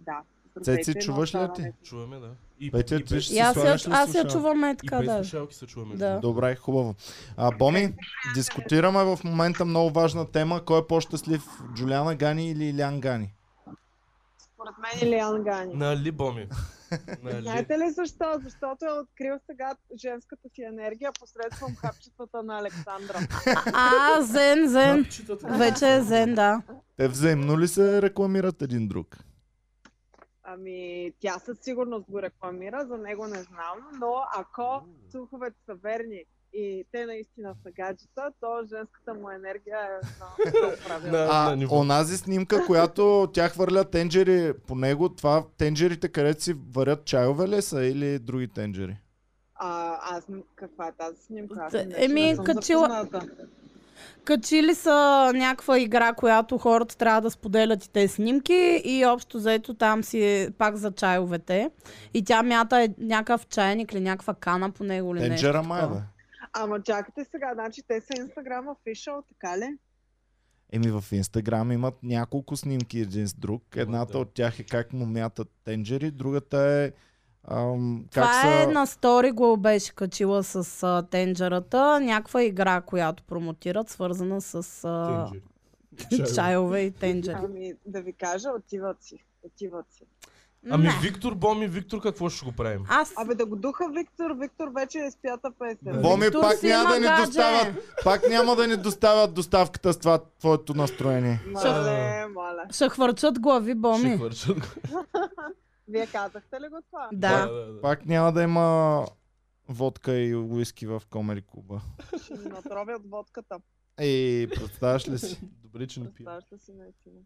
E: да.
A: Цеци,
E: но
A: чуваш ли я
E: остана
A: ти?
E: не-
D: Чуваме, да. И,
A: Петя, ти ще
B: И
A: си
B: аз, я,
A: слагаш ли
B: аз я
A: слушалки?
B: чувам е
D: и
B: така,
D: без
B: да.
D: слушалки се чуваме.
B: Да.
A: Добре, хубаво. А, Боми, дискутираме в момента много важна тема. Кой е по-щастлив? Джулиана Гани или Илян Гани?
E: Според мен Илиан Гани.
D: Нали, Боми? Нали?
E: Знаете ли защо? Защото е открил сега женската си енергия посредством хапчетата на Александра.
B: А, зен, зен.
D: Капчетата.
B: Вече е зен, да.
A: Те взаимно ли се рекламират един друг?
E: Ами, тя със сигурност го рекламира, за него не знам, но ако слуховете са верни и те наистина са гаджета, то женската му енергия е на- много правилна.
D: На, на
A: А,
D: ниво.
A: онази снимка, която тя хвърля тенджери по него, това тенджерите, където си варят чайове ли са или други тенджери?
E: А, аз н- каква е тази снимка? Аз
B: Д-
E: не,
B: еми,
E: не съм
B: качила-
E: запозната.
B: Качили са някаква игра, която хората трябва да споделят и те снимки и общо заето там си е пак за чайовете. И тя мята е някакъв чайник или някаква кана по него или
A: Тенджера
B: нещо.
A: май,
B: е такова.
A: бе.
E: Ама чакайте сега, значи те са Instagram official, така ли?
A: Еми в Инстаграм имат няколко снимки един с друг. Едната
D: да.
A: от тях е как му мятат тенджери, другата е ам, как
B: Това
A: са...
B: е на стори го беше качила с а, тенджерата, някаква игра, която промотират, свързана с а,
D: Тенджери.
B: чайове и тенджери.
E: Ами, да ви кажа, отиват си. Отиват си.
D: Ами
B: Не.
D: Виктор, Боми, Виктор, какво ще го правим?
B: Аз
E: Абе да го духа Виктор, Виктор вече е спята песен.
A: Боми,
B: Тур
A: пак
B: си
A: няма да
B: има
A: ни
B: гадже.
A: доставят, пак няма да ни доставят доставката с това твоето настроение.
E: Мале, мале.
B: ще хвърчат глави,
D: Ще
B: Боми.
D: хвърчат.
E: Вие казахте ли го това?
B: Да.
A: Пак няма да има водка и уиски в Комери Куба.
E: Ще ни натровят водката.
A: Ей, представяш ли си?
D: Добре, че не пия.
E: Представяш ли си наистина?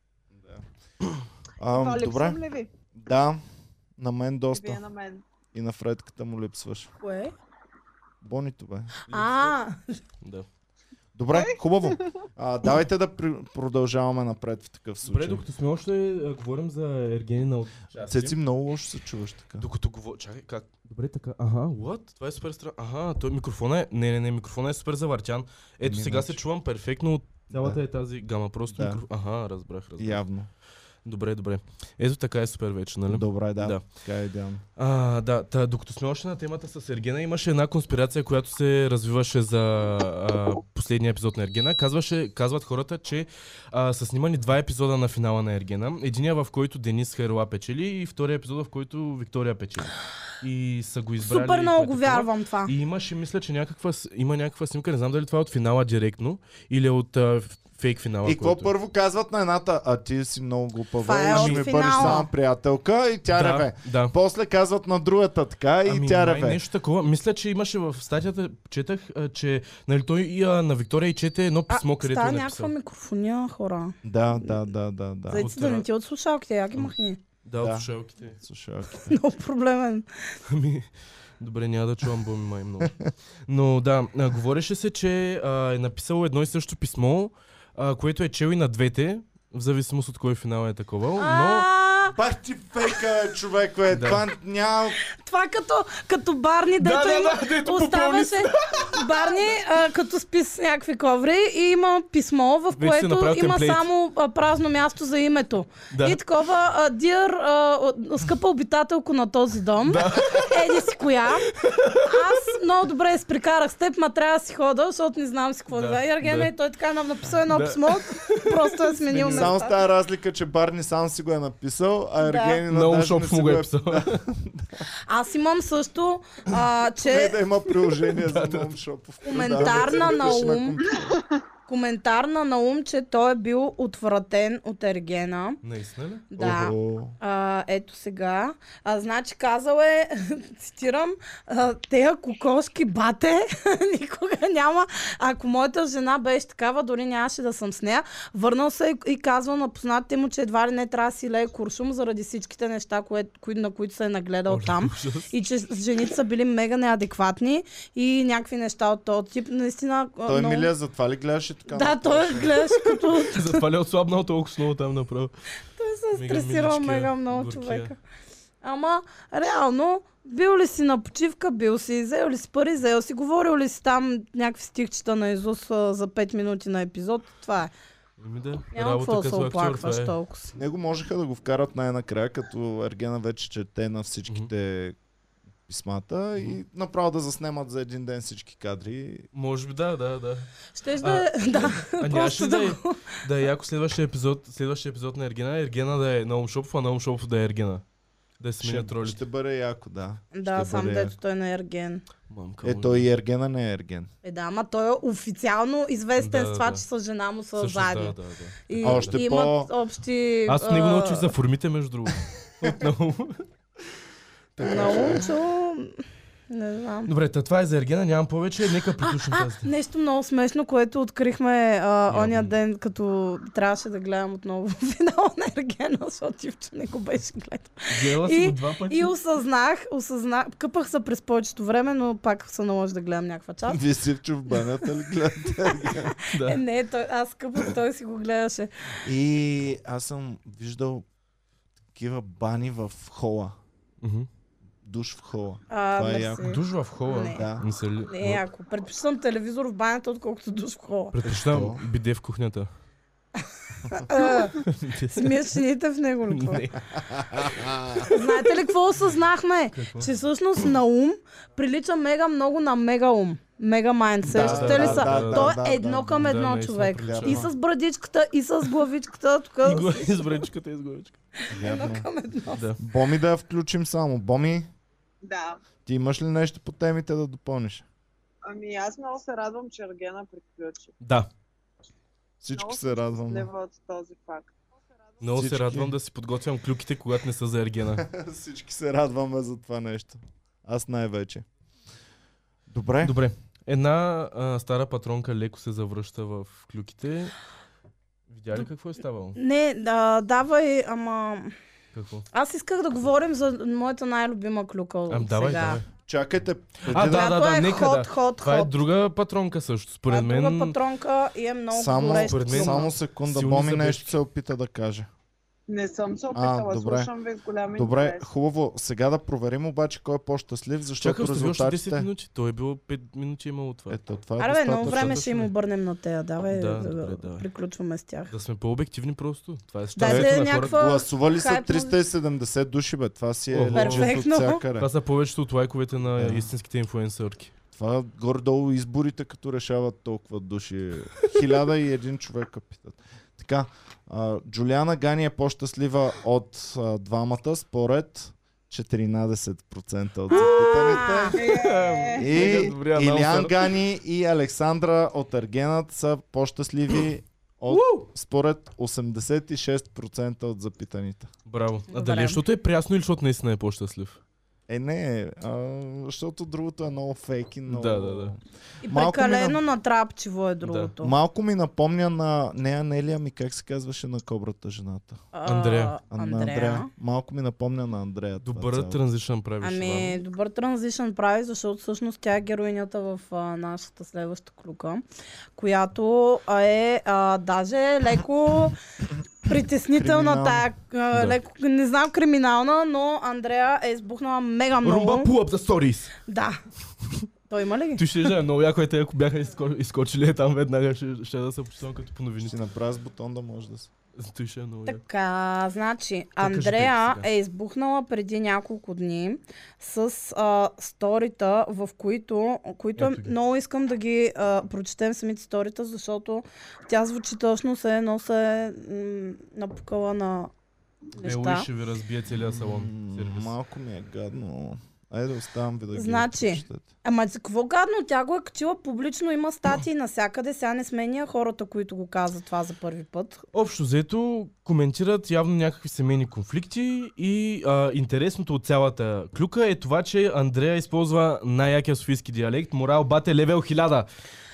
A: А,
E: Това
A: добре,
E: липсвам ли ви?
A: да, на мен
E: Вие
A: доста.
E: на мен.
A: И на Фредката му липсваш.
B: Кое?
A: Бонито бе.
B: А,
D: Да.
A: Добре, хубаво. А, давайте да при... продължаваме напред в такъв
D: Добре,
A: случай.
D: докато сме още, а, говорим за Ергенина от
A: Цеци много лошо се чуваш така.
D: Докато говоря, чакай, как? Добре, така, аха, what? Това е супер странно. Аха, той микрофона е, не, не, не, микрофона е супер завъртян. Ето
A: Ами,
D: сега
A: значи.
D: се чувам перфектно от цялата
A: Да.
D: е тази гама, просто
A: Да.
D: микрофон. Аха, разбрах, разбрах.
A: Явно.
D: Добре, добре. Ето така е супер вече, нали?
A: Добре, да.
D: Да.
A: Така е идеално.
D: А, да, та, докато сме още на темата с Ергена, имаше една конспирация, която се развиваше за а, последния епизод на Ергена. Казваше, казват хората, че а, са снимани два епизода на финала на Ергена. Единия, в който Денис Хайрла печели и втория епизод, в който Виктория печели. И са го избрали.
B: супер много
D: което
B: го
D: такова.
B: вярвам това.
D: И имаше, мисля, че някаква, с- има някаква снимка, не знам дали това е от финала директно или от а, ф- фейк финала.
A: И какво
D: който е.
A: първо казват на едната? А ти си много
B: Това
A: глупава
B: е
A: и ще
B: от
A: ми
B: финала.
A: бъдеш само приятелка и тя реве.
D: Да, да.
A: После казват на другата така и
D: Ами,
A: тя
D: май
A: реве.
D: нещо такова. Мисля, че имаше в статията, четах, а, че нали, той и а, на Виктория и чете едно писмо,
B: А,
D: където е
B: става
D: написал.
B: някаква микрофония, хора.
A: Да, да, да, да, да.
B: Зайци да не ти от слушалките, я ги махни.
D: Да, от
A: Да.
D: слушалките.
A: Слушалките.
B: Много проблемен.
D: Ами, добре, няма да чувам Боми май много. Но да, а, говореше се, че а, е написало едно и също писмо, а, което е чел и на двете, в зависимост от кой финал е такова. Но
B: А,
A: Пак ти фейка, бе, човек, бе.
D: Да.
A: Това няма...
B: Това като, като Барни, дето
D: да,
B: има...
D: да, дето
B: оставяше Барни, а, като спи с някакви коври и има писмо, в
D: Вече си
B: което
D: направил
B: има
D: темплейт.
B: само а, празно място за името.
D: Да.
B: И такова, а, Dear, а, от- скъпа обитателко на този дом, еди си коя, аз много добре се прикарах с теб, ма трябва да си хода, защото не знам си какво
D: Да,
B: да е. Ергена
D: да.
B: и той така нам написал едно
D: Да.
B: писмо, просто е сменил
A: Само с
B: местата.
A: тази разлика, че Барни сам си го е написал, а
B: Да.
A: Ергени на
D: Много
A: даже не
D: шоп
A: си
D: му го е
A: е
D: писал.
B: Аз имам също, а,
A: Не
B: че
A: Е, да има приложение за Ноум Шопов.
B: Коментар на Наум. коментар на Наум, че той е бил отвратен от Ергена.
D: Наистина ли?
B: Да. А, ето сега. А, значи казал е, цитирам, а, тея кокошки бате никога няма. Ако моята жена беше такава, дори нямаше да съм с нея. Върнал се и, и казвал на познатите му, че едва ли не трябва да си лее куршум заради всичките неща, кое, кои, на които се е нагледал
D: Оле,
B: там.
D: ужас.
B: И че с- жените са били мега неадекватни и някакви неща от този тип. Наистина, а,
A: Той е
B: много-
A: Милия затова ли гледаше така?
B: Да, той гледаш като
D: Затова ли е отслабнал толкова слово там направо?
B: Той се е
D: Мега
B: стресирал
D: миличкия,
B: мега много
D: горкия.
B: човека. Ама, реално, бил ли си на почивка, бил си, взел ли си пари, взел си, говорил ли си там някакви стихчета на Изус а, за 5 минути на епизод, това е.
D: Ами да,
B: Няма какво да се
D: като актьор, това
B: оплакваш
D: е.
B: толкова си.
A: Него можеха да го вкарат най-накрая, като Ергена вече чете на всичките писмата и направо да заснемат за един ден всички кадри.
D: Може би да, да, да.
B: Щеш да е, да,
D: А нямаше
B: просто
D: ли да,
B: да
D: е,
B: го...
D: да е яко следващия епизод, следващия епизод на Ергена, Ергена да е Наум Шопов, а Наум Шопов да е Ергена. Да се сменят
A: Ще,
D: ролите.
A: ще бъде яко, да.
B: Да,
A: ще
B: сам
A: бъде.
B: дето той е на Ерген.
D: Мамка
A: Е,
D: му,
A: той и Ергена не е Ерген.
B: Е, да, ама той е официално известен
D: Да,
B: с това,
D: да.
B: че с жена му са
D: Всъщност,
B: заедно.
D: Да, да, да.
B: И,
A: Още
B: и
A: по-
B: имат общи...
D: Аз от него
B: Е, а,
D: научих за формите, между другото. Отново.
B: Научо... Не знам.
D: Добре, та това е за Ергена, нямам повече, нека приключим
B: А,
D: тази. тема.
B: нещо много смешно, което открихме а, оня
D: Явно.
B: ден, като трябваше да гледам отново финала на Ергена, защото Ивчо не го беше гледал.
D: Гледала си
B: и-
D: го два пъти.
B: И осъзнах, осъзнах, къпах се през повечето време, но пак се наложи да гледам някаква част.
A: Вие си в банята ли гледате?
D: Да.
B: Е, не, той, аз къпах, той си го гледаше.
A: И аз съм виждал такива бани в хола.
D: Мгм.
A: Душ в хола.
B: А,
A: Това е
B: мерси.
A: яко.
D: Душ в хола.
B: Не.
A: Да.
D: Не се ли?
B: Не, ако предпочитам телевизор в банята, отколкото душ в хола.
A: Защо?
D: Предпочитам биде в кухнята.
B: А, Смиеш чините в него ли? какво?
D: Не.
B: Знаете ли какво осъзнахме? Че всъщност на ум прилича мега много на мега ум. Мега майнд. Сещате
D: да,
B: ли
D: да,
B: са?
D: да,
B: То е
A: да, да,
B: едно
A: да.
B: към
D: Да,
B: едно
D: наистина
B: човек.
D: прилича.
B: И с брадичката, и с главичката. Тук
D: И го и с бръчката, и с главичката.
A: Явно.
B: към едно.
D: Да.
A: Боми да я включим само. Боми,
E: Да.
A: ти имаш ли нещо по темите да допълниш?
E: Ами аз много се радвам, че Аргена приключи.
D: Да.
A: Всички
E: Много
A: се радваме.
E: Лева от този факт.
D: Много се
A: Всички.
D: радвам да си подготвям клюките, когато не са за Ергена.
A: Всички се радваме за това нещо. Аз най-вече. Добре.
D: Добре. Една а, стара патронка леко се завръща в клюките. Видя ли какво е ставало?
B: Не, да, давай, ама...
D: Какво?
B: Аз исках да говорим за моята най-любима клюка от
D: Ам, давай,
B: сега.
D: давай.
A: Чакайте. преди
D: А, да,
B: Която е
D: нека
B: ход,
D: да.
B: ход,
D: Това е
B: ход.
D: друга патронка също. Според
B: Това е друга
D: мен
B: патронка и е много
A: само,
B: гореща.
D: според мен-
A: само секунда,
D: Силни
A: Боми
D: забежки.
A: нещо се опита да каже.
E: Не съм се опитала,
A: добре.
E: слушам ви с голям
A: Добре,
E: интерес.
A: хубаво. Сега да проверим обаче кой е по-щастлив, защото
D: чакам остави още 10
A: резултатите...
D: минути. Той е било 5 минути имало това.
A: Ето, това е
B: Абе, много
A: достатъчно.
B: време ще
D: достатъчно
B: им
D: е.
B: обърнем на тея. Давай
D: Да,
B: да,
D: добре, давай.
B: приключваме с тях.
D: Да сме по-обективни просто. Това е
B: Дайте
D: щастието на
B: някаква-
D: хората.
A: Гласували са
B: Хайпно.
A: 370 души, бе. Това си е
D: Ого.
A: лечето
B: Перфектно.
A: от всякъде.
D: Това са повечето от лайковете на
A: Да.
D: истинските инфуенсърки.
A: Това горе-долу изборите, като решават толкова души. Хиляда и един човека питат. Така, а, Джулиана Гани е по-щастлива от а, двамата, според 14% от запитаните.
E: Е,
A: И
D: Мега добрия анонсър.
A: Илиан Гани и Александра от Аргенът са по-щастливи от, според 86% от запитаните.
D: Браво. А
B: Добре.
D: дали защото е прясно или защото наистина е по-щастлив?
A: Е, не, а, защото другото е много фейк и много...
D: Да, да, да.
B: И
A: Малко
B: прекалено натрапчиво е другото.
A: Малко ми напомня на... Не Анелия ми, как се казваше на кобрата жената?
B: А,
D: Андрея.
A: А, на
B: Андрея.
A: Малко ми напомня на Андрея. това
D: Добър
A: цялото.
D: транзишън правиш.
B: Ами,
D: Ами...
B: добър транзишън прави, защото всъщност тя е героинята в а, нашата следваща клюка, която а, е а, даже леко притеснителна,
A: Криминална.
B: тая, а, леко, не знам криминална, но Андрея е избухнала мега много.
D: Румба pull up the stories.
B: Да. Той има ли ги?
D: Ти ще да е много яко е те, ако бяха изко- изкочили е там веднага, ще, ще да се почувствам като по
A: Ще
D: новините.
A: направя с бутон да може да се.
D: Той ще е много яко.
B: Така, значи,
D: кажете
B: Андрея
D: сега.
B: е избухнала преди няколко дни с а, сторита, в които, които е,
D: Ето ги.
B: много искам да ги а, прочетем самите сторита, защото тя звучи точно се едно се е м, напукала на
D: Елои
B: неща.
D: ще ви разбие целия салон.
A: М,
D: Сервис.
A: Малко ми е гадно. Айде оставам ви да ги
B: Значи,
A: прочетете.
B: Ама за какво гадно? Тя го е качила публично, има статии навсякъде, сега не сме ние хората, които го казват това за първи път.
D: Общо взето коментират явно някакви семейни конфликти и а, интересното от цялата клюка е това, че Андрея използва най-якия софийски диалект, морал бате левел 1000.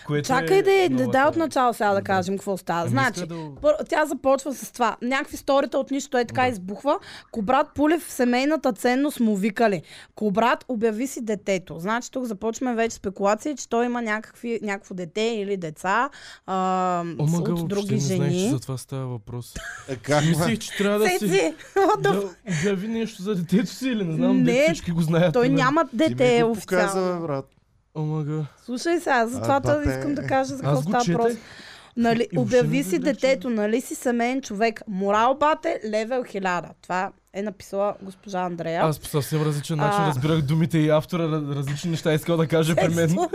D: Което
B: Чакай
D: е
B: да, да,
D: новата-
B: да от начало сега да
D: Да.
B: кажем какво става.
D: Ами
B: Значи,
D: иска да-
B: Пър- тя започва с това. Някакви сторита от нищо е така
D: Да.
B: избухва. Кобрат Пулев в семейната ценност му викали. Кобрат обяви си детето. Значи тук започваме вече спекулации, че той има някакви, някакво дете или деца а,
D: О,
B: с-
D: мага,
B: от
D: въобще
B: други
D: не знаех, че
B: жени.
D: за това става въпрос.
A: Е, как
D: Мислих, че трябва да си...
B: Цеци, what the
D: Да обяви нещо за детето си или не знам,
B: Не,
D: не, всички го знаят.
B: Той
D: нали?
B: няма
A: Ти ми
B: дете е
A: го показа, бе,
B: официално.
A: брат.
D: О, мага.
B: Слушай сега, затова
A: А,
B: това
A: бате.
B: искам да кажа за какво
D: Аз го
B: става въпрос.
D: четах.
B: Нали,
D: И въобще
B: обяви
D: не
B: си
D: разбирам, че-
B: детето, нали си семейен човек. Морал бате, левел 1000. Това е написала госпожа Андрея.
D: Аз по съвсем различен начин
B: А.
D: разбирах думите и автора раз- различни неща е искал да каже при мен.
B: Тесто.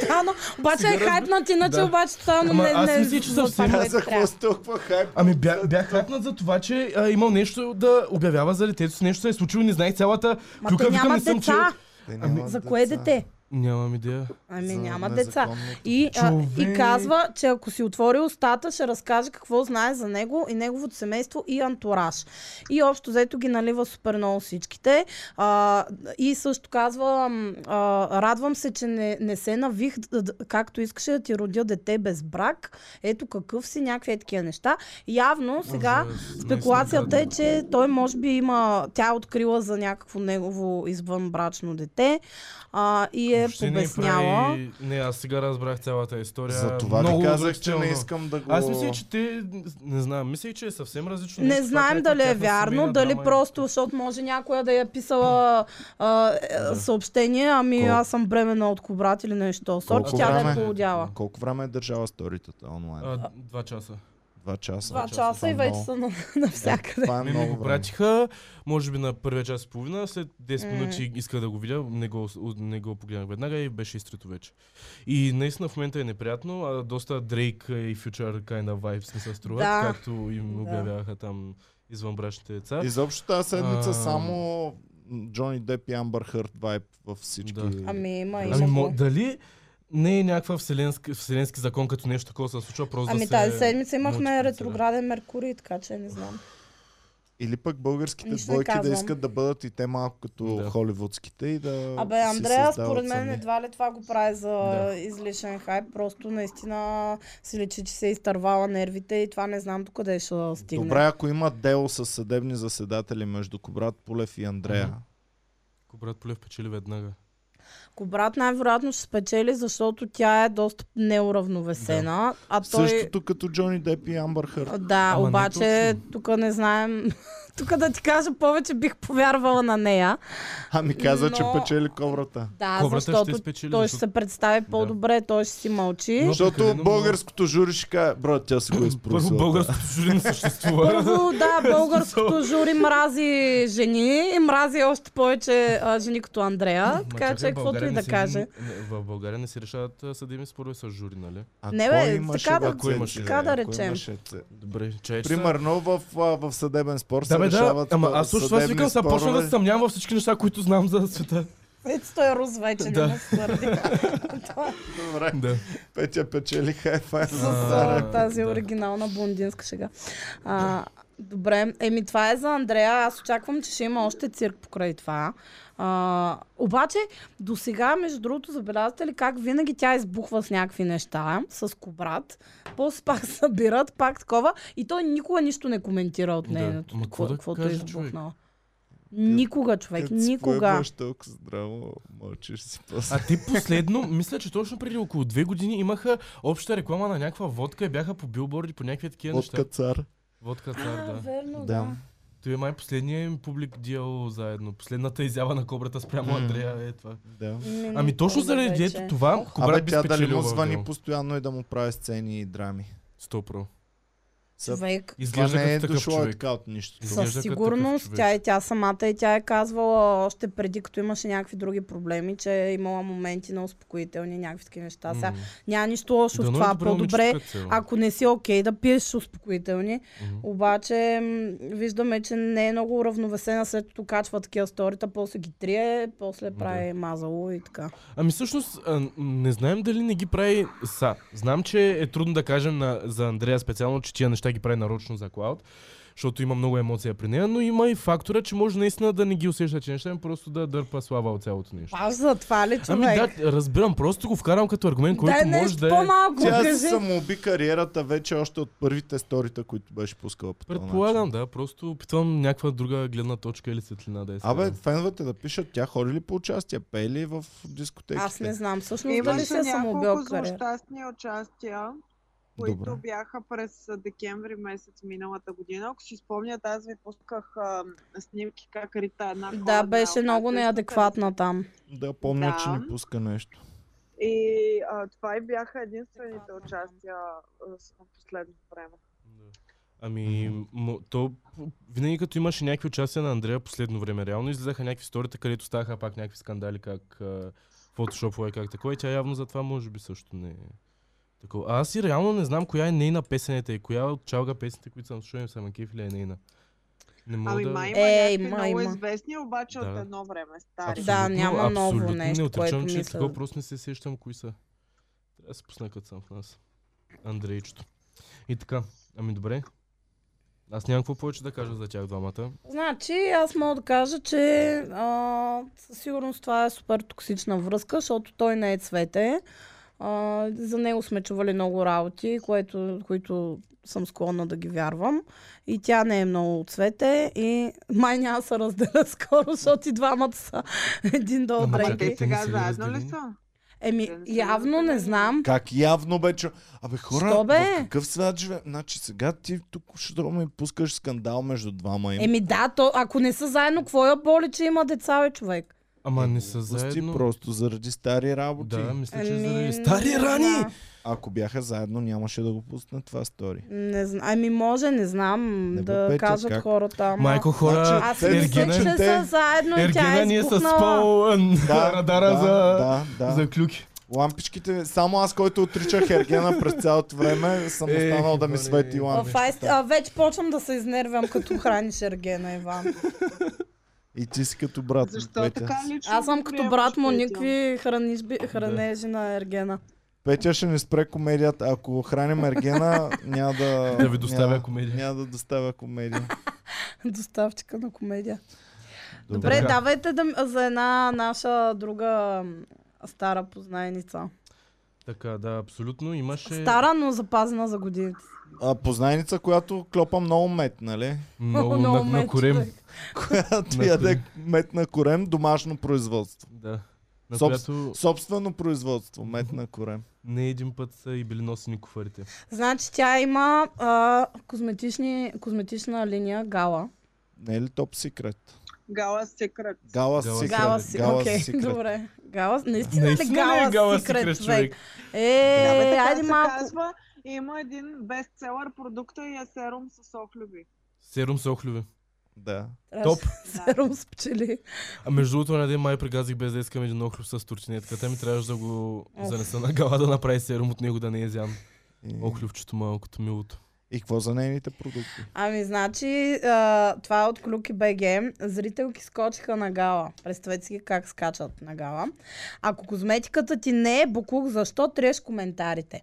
B: Тотално. Обаче е
D: Сега
B: хайпнат, иначе
D: Да.
B: обаче тотално
D: Ама
B: не...
D: аз
B: не-
D: мисля, че
B: за това,
D: съм си
B: което
A: Аз за
B: трябва.
A: какво сте толкова хайп?
D: Ами бях, бях хапнат за това, че а, имал нещо да обявява за детето си, нещо се е случило, не знаех цялата
B: Ма
D: клюка,
B: то
D: вика,
B: няма
D: не съм чел.
B: деца.
A: Те
D: Ами,
A: нямат
B: За кое
A: деца.
B: дете?
D: Нямам идея.
B: Ами
A: За
B: няма деца.
A: незаконното.
B: И, а, и
D: Човек.
B: казва, че ако си отвори устата, ще разкаже какво знае за него и неговото семейство и антураж. И общо взето ги налива супер много всичките. А, и също казва, м, а, радвам се, че не, не се навих, д- д- както искаше да ти родя дете без брак. Ето какъв си, някакви е такива неща. Явно сега
D: Ужас,
B: Спекулацията е,
D: наистина,
B: че той може би има, тя е открила за някакво негово извънбрачно дете а, и е
D: Въобще не
B: побесняла.
D: прави- Не, аз сега разбрах цялата история.
A: За това
D: Много
A: ви казах, че не
D: отвратително.
A: искам да го...
D: Аз мисля, че те, не знам, мисля, че е съвсем различно.
B: Не
D: нещо, това,
B: знаем
D: което
B: дали е
D: тяхна
B: вярно,
D: семейна
B: дали
D: драма е.
B: просто, защото може някоя да я е писала а, е, съобщение, ами
A: Колко-
B: аз съм бременна от кобрат или нещо. Сорт,
A: Колко
B: тя да е
A: време?
B: полудяла.
A: Колко време е държала сторитата онлайн?
D: А, два часа.
A: Два часа.
B: Два часа и
A: Това е
B: вече
A: много.
B: са на- навсякъде.
A: Това е
D: Ме Ами ми го
A: много време.
D: пратиха, може би на първия час и половина, след 10
B: М.
D: минути исках да го видя, не го, не го погледнах веднага и беше изтрито вече. И наистина в момента е неприятно, а доста Дрейк и Future kind of vibes ми се струват,
B: Да.
D: както им
B: Да.
D: обявяха там извънбрачните деца.
A: Изобщо тази седмица
D: А.
A: само Джони Деп и Амбър Хърт вайб във всички.
D: Да.
B: Ами има, има.
D: Ами, мо,
B: го.
D: дали не е някаква вселенски, вселенски закон, като нещо такова се случва, просто
B: Ами
D: да се...
B: тази седмица имахме
D: мултиплицира.
B: ретрограден Меркурий, така че не знам.
A: Или пък българските
B: Нищо не
A: двойки да
B: казвам.
A: искат да бъдат и те малко като
D: Да.
A: холивудските и да
B: Абе,
A: си
B: Андрея,
A: създават
B: според мен е
A: сами.
B: едва ли това го прави за
D: Да.
B: излишен хайп. Просто наистина си личи, че се е изтървала нервите и това не знам докъде ще стигне.
A: Добре, ако има дело с съдебни заседатели между Кобрат Полев и Андрея.
D: Ако брат Полев печели веднага.
B: Кобрат най-вероятно ще спечели, защото тя е доста неуравновесена. А той...
A: Същото като Джони Деп и Амбър Хърт.
B: Да,
D: Ама не
B: обаче
D: точно.
B: тук не знаем... тук да ти кажа повече бих повярвала на нея.
A: Ами каза, че
B: Но-
A: печели кобрата.
B: Да,
D: Кобрата ще
B: защото
D: спечели,
B: той ще
D: защото-
B: се представи по-добре, той ще си мълчи.
D: Но
A: Защото
D: прекалено
A: българското жури ще каже, брат, тя си го е изпросила.
D: Първо българското жури не съществува.
B: Първо, да, българското жури мрази жени и мрази още повече а, жени като Андрея,
D: Ма
B: така че
D: чакай,
B: каквото
D: България
B: и
D: не
B: да
D: се-
B: каже.
D: не, В България не се решават а, съдебни спорове с жури, нали?
A: А
B: Не,
A: кой
B: бе,
A: имаше
B: така да-
A: вакцинци,
D: Кой имаше?
A: бе?
B: така да
A: Кой
B: речем.
A: имаше це?
D: Добре, чай
A: Примерно в, а, в съдебен спор се
D: Е, Да, бе, да,
A: решават
D: ама
A: а,
D: аз също това си
A: съдебни
D: викам, сега почна да
A: спорове.
D: се съмнявам във всички неща, които знам за света.
B: Ето той е рус вече, не
D: Да.
B: му се сърди. Това-
A: Добре,
D: Да.
A: Петя печели хай-фай за
B: С
A: Сара.
B: а, тази
D: да.
B: оригинална блондинска шега. А, добре, еми това е за Андрея. Аз очаквам, че ще има още цирк покрай това. А, обаче, до сега, между другото, забелязате ли как винаги тя избухва с някакви неща, с кобрат, после пак се събират, пак такова, и той никога нищо не коментира от
D: Да,
B: нейното,
D: ама
B: какво,
D: какво да
B: каквото е
D: каже човек?
B: избухнало. Никога, човек,
A: Като си
B: никога.
A: поебаш толкова е здраво, мълчиш си после.
D: А те последно, мисля, че точно преди около две години имаха обща реклама на някаква водка и бяха по билборди по някакви такива
A: От
D: неща.
A: кацар.
D: Водка цар,
B: А,
D: да.
B: верно, да.
A: Да.
D: Той е май последния им публик дял заедно. Последната изява на кобрата спрямо
A: Мгм.
D: Андрея е това.
A: да.
B: Ми не
D: Ами точно
B: помня
D: заради
B: вече.
D: ето това, кобра
A: Абе,
D: би
A: тя дали му
D: спечелила
A: звъни
D: звъни по...
A: постоянно и да му прави сцени и драми.
D: Стопро.
A: Са-
B: Човек.
D: Изглежда
A: това не е
D: като такъв
A: дошло
D: човек.
A: така от нищото.
D: Изглежда
B: Със
D: като такъв
B: сигурност
D: човек.
B: тя и тя самата и тя е казвала още преди като имаше някакви други проблеми, че е имала моменти на успокоителни някакви такива неща. Сега
D: М.
B: няма нищо лошо в
D: Дано е
B: това.
D: добра
B: По-добре,
D: момичетка цяло.
B: ако не си окей, да пиеш успокоителни.
D: Мгм.
B: Обаче м, виждаме, че не е много равновесена, след като качва такива сторита, после ги трие, после
D: Да.
B: прави мазало и така.
D: Ами всъщност а, н- не знаем дали не ги прави са. Знам, че е трудно да кажем на, за Андрея специално, че тия неща ги прави нарочно за Клауд, защото има много емоция при нея, но има и фактора, че може наистина да не ги усеща, че неща, ами просто да дърпа слава от цялото нещо.
B: Паш за това ли човек?
D: Ами да, разбирам, просто го вкарам като аргумент, който
B: Дай
D: може
B: нещо
D: да е...
B: по-малко,
A: Тя
B: кажи.
A: си самоуби кариерата вече още от първите сторита, които беше пускала по този
D: Предполагам,
A: начин.
D: да, просто опитвам някаква друга гледна точка или светлина да е.
A: Абе, феновете да пишат, тя ходи ли по участие, пее ли в дискотеките?
B: Аз не знам всъщност дали
E: Имаше
B: се е самоубил
E: няколко
B: кариера.
E: злощастни участия, които
A: Добре.
E: бяха през а, декември месец миналата година. Ако си спомнят, аз ви пусках а, снимки как рита една кола.
B: Да,
E: една
B: беше
E: от
B: много
E: нашите
B: неадекватна там.
A: Да, помня, че
E: Да.
A: ни пуска нещо.
E: И а, това и бяха единствените участия а, с- в последно време.
D: Ами, м- то п- винаги като имаше някакви участия на Андрея последно време, реално излизаха някакви сторита, където ставаха пак някакви скандали, как а, фотошопове, как такова. И тя явно за това може би също не е такова. А аз и реално не знам коя е нейна песените и коя от чалга песните, които съм слушал, им съм кеф или е нейна. Не мога
E: Ами
D: да...
E: май
B: Ей,
E: има някакви
B: май
E: много
B: има.
E: известни, обаче
D: Да.
E: от едно време стари.
D: Абсолютно,
B: Да, няма ново
D: абсолютно
B: нещо,
D: не отричам,
B: което
D: че е
B: мисля.
D: такова, просто не се сещам кои са. Трябва да се пусна като съм в нас. Андрейчето. И така, ами добре. Аз нямам какво повече да кажа за тях двамата.
B: Значи, аз мога да кажа, че а, със сигурност това е супер токсична връзка, защото той не е цвете. А, за него сме чували много работи, което, които съм склонна да ги вярвам. И тя не е много от цвете и май няма да се разделя скоро, защото и двамата са един до
D: Ама
E: Ама
D: Чакай,
E: те
B: трети.
D: те не
E: сега
D: са ли
E: заедно ли
D: разделени?
E: са?
B: Еми,
E: те не са
B: явно не
E: разделени.
B: знам.
A: Как явно бе, че... Абе хора,
B: Що бе?
A: в какъв свят живе? Значи сега ти тук ще ми пускаш скандал между двама им.
B: Еми да, то, ако не са заедно, какво я боли, че има деца, бе, човек?
D: Ама не са
A: Глупости
D: заедно.
A: Е, просто заради стари работи.
D: Да, мисля, че
B: Ами,
D: заради стари
B: не
D: рани!
B: знам.
A: Ако бяха заедно, нямаше да го пуснат това стори.
B: Не знам. Ами може, не знам
A: Не
B: не
A: го
B: да
A: петя,
B: кажат
A: как?
B: хората. Ама... значи,
D: Майко хора,
B: аз си
A: те
B: мисля,
A: са
D: Ергена,
A: те-
B: че са заедно и тя
D: Ергена
B: е
D: ни е с
B: изпукнала.
D: пол а, на радара
A: да,
D: за,
A: да, да.
D: за клюки.
A: Лампичките, само аз, който отричах Ергена през цялото време, съм
D: Ех,
A: останал да ми
D: Иване.
A: свети
B: А, това е-
A: лампичката.
B: а, вече почвам да се изнервям, като храниш Ергена, Иван.
A: И ти си като брат. на
E: Защо
A: Петя.
E: така лично?
B: Аз съм
E: го
B: като
E: приемаш,
B: брат му,
E: Петя?
B: никакви хранижби, хранежи на Ергена.
A: Петя ще ни спре комедията. Ако храним Ергена, няма да...
D: Да ви доставя
A: няма-
D: комедия.
A: Няма да доставя комедия.
B: Доставчика на комедия.
A: Добре.
B: Добре,
D: Така.
B: давайте да, м- за една наша друга м, стара познайница.
D: Така, да, абсолютно имаше
B: Стара, но запазена за годините.
A: А, познайница, която клопа много мед, нали?
D: много,
B: Много
D: на, на
B: меч,
D: корем.
B: човек.
A: Която
D: На
A: яде
D: корем.
A: мед на корем, домашно производство.
D: Да. На
A: Собс-
D: която
A: Собствено производство, мед на корем.
D: не един път са и били носени куфарите.
B: Значи тя има а, козметични, козметична линия Гала.
A: Не е ли топ секрет?
E: Гала секрет.
A: Гала
D: Гала
A: секрет.
B: Гала си, окей, добре. Гала, наистина ли
D: ли
B: гала,
D: е Гала
B: секрет,
D: Secret,
B: човек?
E: Да, бе,
B: Е,
E: така
B: айде
E: се
B: малко.
E: казва. Има един бестселър продукта и е серум с охлюби.
D: Серум с охлюви.
A: Да.
D: Топ.
E: Да.
B: Серум с пчели.
D: А между другото, на ден май пригазих без да искам един охлюв с турчинетката ми. Трябваше да го
B: Оф.
D: занеса на гала да направи серум от него да не е зям.
A: И,
D: Охлювчето малкото милото.
A: и какво за нейните продукти?
B: Ами, значи, а, това е от Клюки БГ. Зрителки скочиха на гала. Представете си как скачат на гала. Ако козметиката ти не е буклук, защо треш коментарите?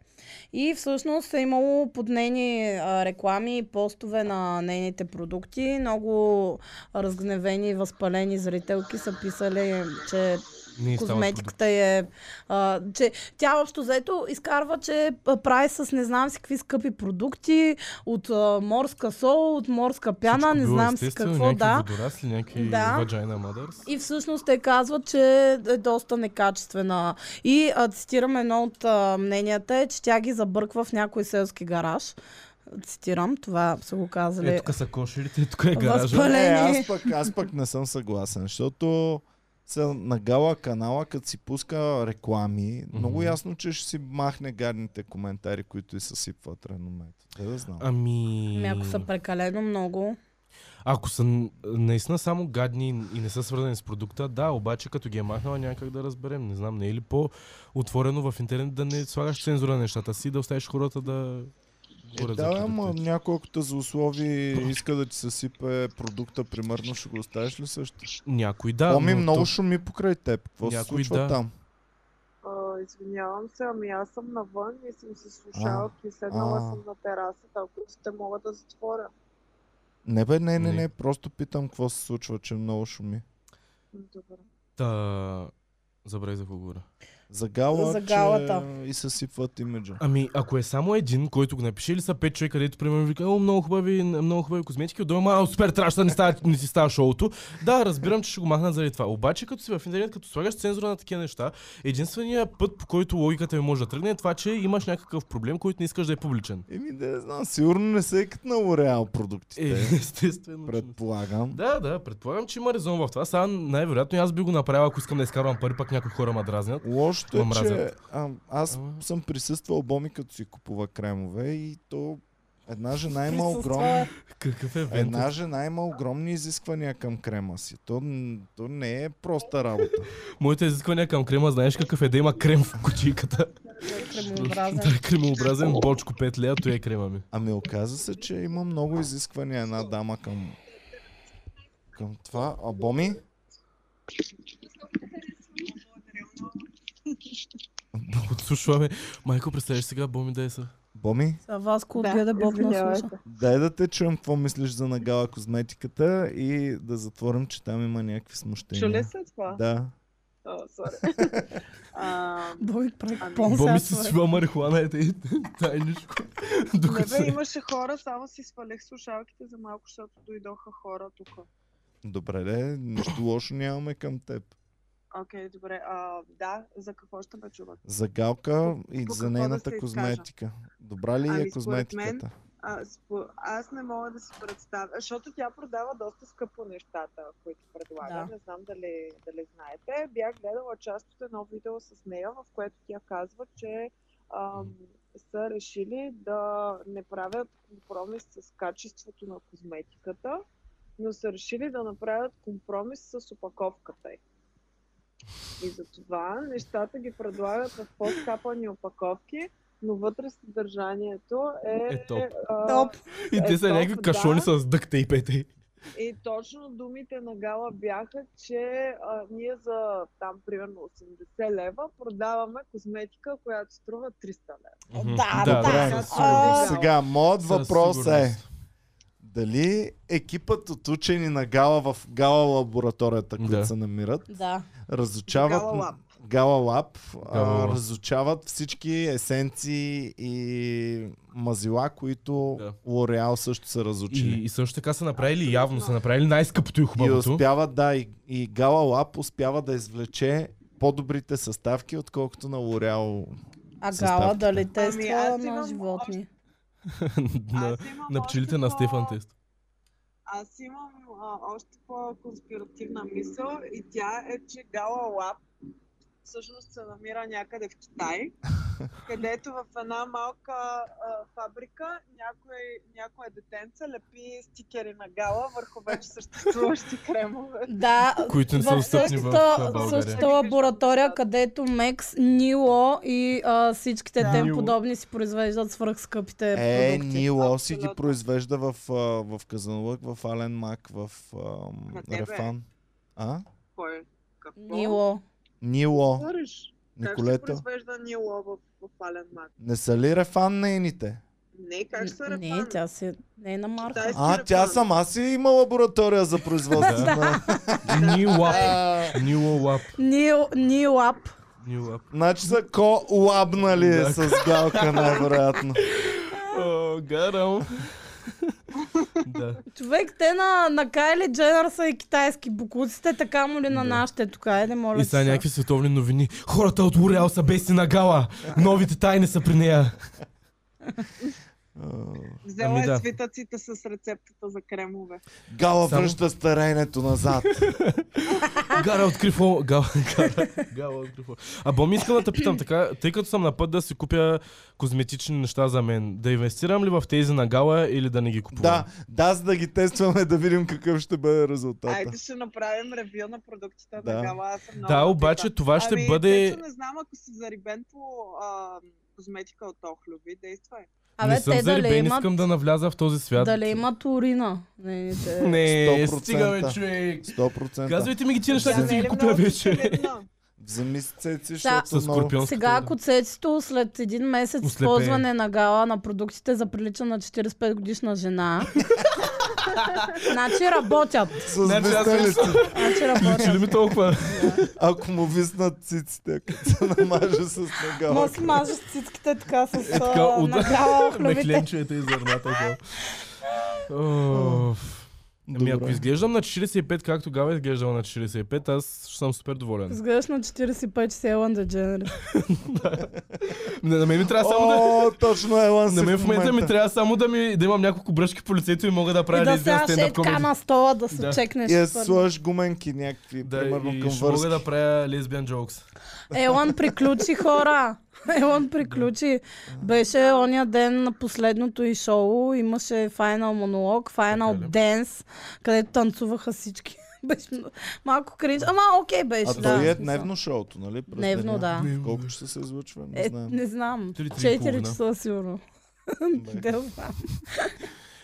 B: И всъщност е имало под нейни а, реклами и постове на нейните продукти. Много разгневени и възпалени зрителки са писали, че
D: Не е ставал продукт.
B: козметиката е... А, че тя общо заето изкарва, че а, прави с не знам си какви скъпи продукти, от а, морска сол, от морска пяна,
D: Всичко
B: не
D: било
B: знам си
D: естествено,
B: какво,
D: някакви
B: да.
D: Водорасли, някакви
B: Да.
D: vagina mothers.
B: И всъщност те казват, че е доста некачествена. И а, цитирам едно от а, мненията е, че тя ги забърква в някой селски гараж. Цитирам, това са го казали.
D: Е, тук са кошерите, тук е гаража.
B: Възпале-
A: Е,
B: Олени.
A: аз пък, аз пък не съм съгласен, защото са на гала канала, като си пуска реклами, mm-hmm. много
D: Мгм.
A: ясно, че ще си махне гадните коментари, които и съсипват реномето. Те да знам.
D: Ами...
B: Ами, ако са прекалено много,
D: Ако са н- наистина само гадни и не са свързани с продукта, да, обаче като ги е махнала някак да разберем. Не знам, не е ли по-отворено в интернет да не слагаш цензура на нещата си, да оставиш хората да...
A: Е,
D: говорят за
A: да, бе, ама
D: продукта.
A: няколкото за услови иска да ти съсипе продукта, примерно, ще го оставиш ли също?
D: Някой да,
A: Да, Поми,
D: но
A: много
D: то-
A: шуми покрай теб. Какво се
D: Някой
A: случва
D: да.
A: там?
E: А, извинявам се, ами аз съм навън и съм си слушалки и
A: а.
E: седнала съм на терасата, ако сте мога да затворя.
A: Не бе, не, не,
D: Не.
A: не, просто питам какво се случва, че много шуми.
E: Добре.
D: Та... Забравих за какво говоря.
A: За гала,
B: За галата.
A: Че... и съсипват имиджа.
D: Ами, ако е само един, който го напише, или са пет човека, където примерно вика, о, много хубави, много хубави козметики, отдолу, ама супер, трябваше да не, става, не си става шоуто. Да, разбирам, че ще го махнат заради това. Обаче, като си в интернет, като слагаш цензура на такива неща, единственият път, по който логиката ми може да тръгне, е това, че имаш някакъв проблем, който не искаш да е публичен.
A: Еми, да знам, сигурно не се е на Лореал
D: Е,
A: продуктите.
D: естествено. че не са.
A: Предполагам.
D: Да, да, предполагам, че има резон в това. Сега най-вероятно и аз би го направил, ако искам да изкарвам пари, пак някои хора ме дразнят.
A: Лошото е,
D: Ма
A: че
D: мразят.
A: а, аз
D: Ама.
A: съм присъствал Боми като си купува кремове и то една жена има
B: присъства
A: огромни,
D: Какъв е вент?
A: една жена има огромни изисквания към крема си. То, н- то не е проста работа.
D: Моите изисквания към крема, знаеш какъв е да има крем в кутийката.
B: кремообразен.
D: Да, кремообразен, е бочко 5 лея, той е крема ми.
A: Ами оказа се, че има много изисквания една дама към, към това. А Боми?
D: Подслушваме. Майко, представяш сега Боми е Дейса.
A: Боми?
B: Са вас кул
E: Да,
B: гледа Бог на
E: извинявайте.
B: слуша.
A: Дай да те чуем какво мислиш за нагала козметиката и да затворим, че там има някакви смущения.
E: Чу ли се това?
A: Да.
E: О, сори. А,
B: Бог прави
E: Ами,
B: пълн
D: Боми си
B: сенсор.
D: свива марихуана и тъй- тайничко.
E: Не
D: Докато
E: бе,
D: се...
E: имаше хора, само си свалих слушалките за малко, защото дойдоха хора тук.
A: Добре, де, нищо лошо нямаме към теб.
E: Окей, добре. А, да, за какво ще ме чуват?
A: За Галка и
E: По
A: за
E: какво да
A: нейната
E: се изкажа?
A: козметика. Добра ли
E: Ами,
A: е
E: според
A: козметиката?
E: А, спо- аз не мога да си представя, защото тя продава доста скъпо нещата, които предлага.
B: Да.
E: Не знам дали, дали знаете. Бях гледала част от едно видео с нея, в което тя казва, че ам, са решили да не правят компромис с качеството на козметиката, но са решили да направят компромис с опаковката й. И затова нещата ги предлагат в по-скапани опаковки, но вътре съдържанието е,
D: Е топ.
E: а,
B: Топ.
D: И те са
E: Е,
D: някакви
E: да.
D: кашони с дъкта и пете.
E: И точно думите на Гала бяха, че а, ние за там примерно 80 лева продаваме козметика, която струва 300 лева.
B: Да, да,
A: Добре,
B: да.
E: със
B: А,
E: сигурност.
A: Сега, моят
D: Със
A: въпрос е
D: сигурност.
A: дали екипът от учени на Гала в Гала лабораторията, които
D: Да.
A: се намират,
B: Да.
A: разучават...
E: Гала Лаб.
A: Гала Лаб, а,
D: Гала Лаб.
A: разучават всички есенции и мазила, които
D: Да.
A: Лореал също са
D: И,
A: разучили.
D: и също така са направили явно, са направили най-скъпото и
A: И
D: хубавото.
A: успява, да, и, и Гала Лаб успява да извлече по-добрите съставки, отколкото на Лореал.
B: А
A: Съставките.
B: гала дали
E: Ами, аз
B: тества на
E: имам
B: животни?
D: на,
E: Аз имам
D: на
E: още
D: пчелите на
E: по-
D: Стефан Тест.
E: Аз имам а, още по-конспиративна мисъл и тя е, че Гала Лаб всъщност се намира някъде в Китай, където в една малка а, фабрика някой, някое детенце лепи стикери на Гала върху вече съществуващи кремове.
B: Да,
D: Които не са
B: в
D: достъпни в а,
B: същата,
D: България.
B: същата лаборатория, където Мекс, Нило и а, всичките
E: Да.
B: тем
D: Нило.
B: подобни си произвеждат свръхскъпите
A: Е,
B: продукти.
A: Нило си ги
E: Абсолютно.
A: произвежда в, а, в Казанлък, в Ален Мак, в
E: Ма
A: а,
E: не, бе.
A: Рефан. А?
E: Кой? Какво?
B: Нило.
A: Нило,
E: Говориш? Как се
A: Николета.
E: произвежда Нило в, в пален мак?
A: Не са ли Рефан нейните?
E: Не, как се репан?
B: Не, тя си не е на марка.
E: Китай-
A: А,
E: Рефан.
A: тя сама си има лаборатория за производство.
D: Да.
A: на-
D: Нью лап.
A: А,
D: Нью лап.
B: Нил, Нилап.
D: Нью лап.
A: Значи са ко-лабнали
D: Да.
A: с галка, най-вероятно.
D: О, гарам. Да.
B: Човек, те на, на Кайли Дженър са и китайски букуците, така му ли на
D: Да.
B: нашите тук? Айде, моля
D: И
B: ти
D: сега
B: се.
D: някакви световни новини. Хората от Лореал са бести на гала. Новите тайни са при нея.
A: А,
E: Взела
D: Ами
E: е
D: да.
E: свитъците с рецептата за кремове.
A: Гала
D: Само-
A: връща старението назад.
D: Гара откри фо... Гала, гара, гала откри фо... А бо ми искам да те питам така, тъй като съм на път да си купя козметични неща за мен, да инвестирам ли в тези на Гала или да не ги купувам?
A: да, да, за да ги тестваме, да видим какъв ще бъде резултата.
E: Айде ще направим ревю на продуктите на
A: Да.
E: Гала. Аз съм много
D: Да,
E: любима.
D: обаче това ще
E: ами,
D: бъде...
E: Тъй, че не знам, ако си зарибен по а, козметика от Охлюби, действай.
B: Абе,
D: не съм
B: те дали
D: зарибен,
B: имат,
D: искам да навляза в този свят.
B: дали имат урина. нейните.
D: Не,
A: 100%.
D: стигаме, човек.
A: 100%.
D: Казвайте ми ги тия неща,
E: Тя
D: да си
E: не е
D: ги
E: ли
D: купя
E: много
D: вече.
E: пистолетна?
A: Вземи си цеци,
D: С
A: защото много...
D: скорпион.
B: Сега, ако цецето след един месец
D: Ослепее.
B: използване на гала на продуктите заприлича на 45 годишна жена, значи работят.
A: С
D: Значи аз съм-
A: виселици.
B: Значи
D: Ще ли
B: работят.
D: ми толкова?
A: Ако му виснат циците, като се намаже с
B: Ма
A: нагала.
B: си мажеш цицките така с
D: Е, така,
B: а, на
D: удар-
B: гала
D: На
B: охлювите.
D: кленчовете и зърната. Оф. Ами ако
A: Добре.
D: изглеждам на 45, както тогава изглеждал на 45, аз съм супер доволен.
B: Сгъдаш на 45 си Елън Дедженери.
D: Не, на мен ми трябва само да...
A: О, точно е ланси
D: На мен в момента ми трябва само да, ми, да имам няколко бръшки по лицето и мога да
B: И
D: правя
B: да
D: лесбиян
B: се е
D: стендъп
B: така
D: комеди.
B: на стола да се
D: Да.
B: чекнеш.
A: И да
B: първо.
A: сложиш Е, гуменки някакви,
D: Да,
A: примерно
D: и
A: към
D: ще мога
A: връзки.
D: да правя лесбиян джокс.
B: Елън приключи хора. Елън приключи. Беше ония ден на последното и шоу. Имаше Final монолог,
D: Така
B: Final
D: ли?
B: Dance, където танцуваха всички. Беше м- малко кринж. Ама окей беше.
A: А
B: да,
A: то е
B: смисъл.
A: дневно шоуто, нали? През
B: Дневно,
A: деня.
D: да.
A: Колко часа се излъчва? Не
B: Е,
A: знам.
B: не знам.
D: Три, три и
B: 4
D: половина.
B: часа сигурно.
A: Бе.
B: Да, знам.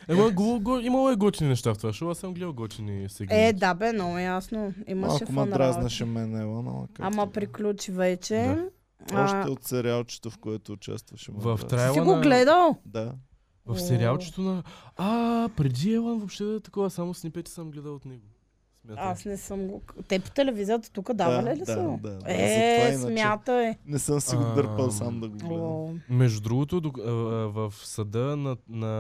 D: Ема, го, го, имало е готини неща в това шоу, аз съм гледал готини сегменти.
B: Е, да бе, много ясно. Имаше
A: Малко ме
B: фан
A: дразнаше мен Елана. ама как е.
B: Ама
A: да.
B: приключи вече.
A: Още
B: А,
A: от сериалчето, в което участваше. ме
D: В
A: дразни.
D: Трайл-
B: си го гледал?
A: Да.
D: В сериалчето на... А, преди Елан въобще да е такова, само снипети съм гледал от него. Смятам.
B: Аз не съм го... Те по телевизията тук давали ли
A: да,
B: са? го?
A: да, да, затова
B: е,
A: иначе.
B: смятай.
A: Не съм си го
D: Ам.
A: дърпал сам да го гледам.
B: О,
D: Между другото, док- а, а, в съда на, на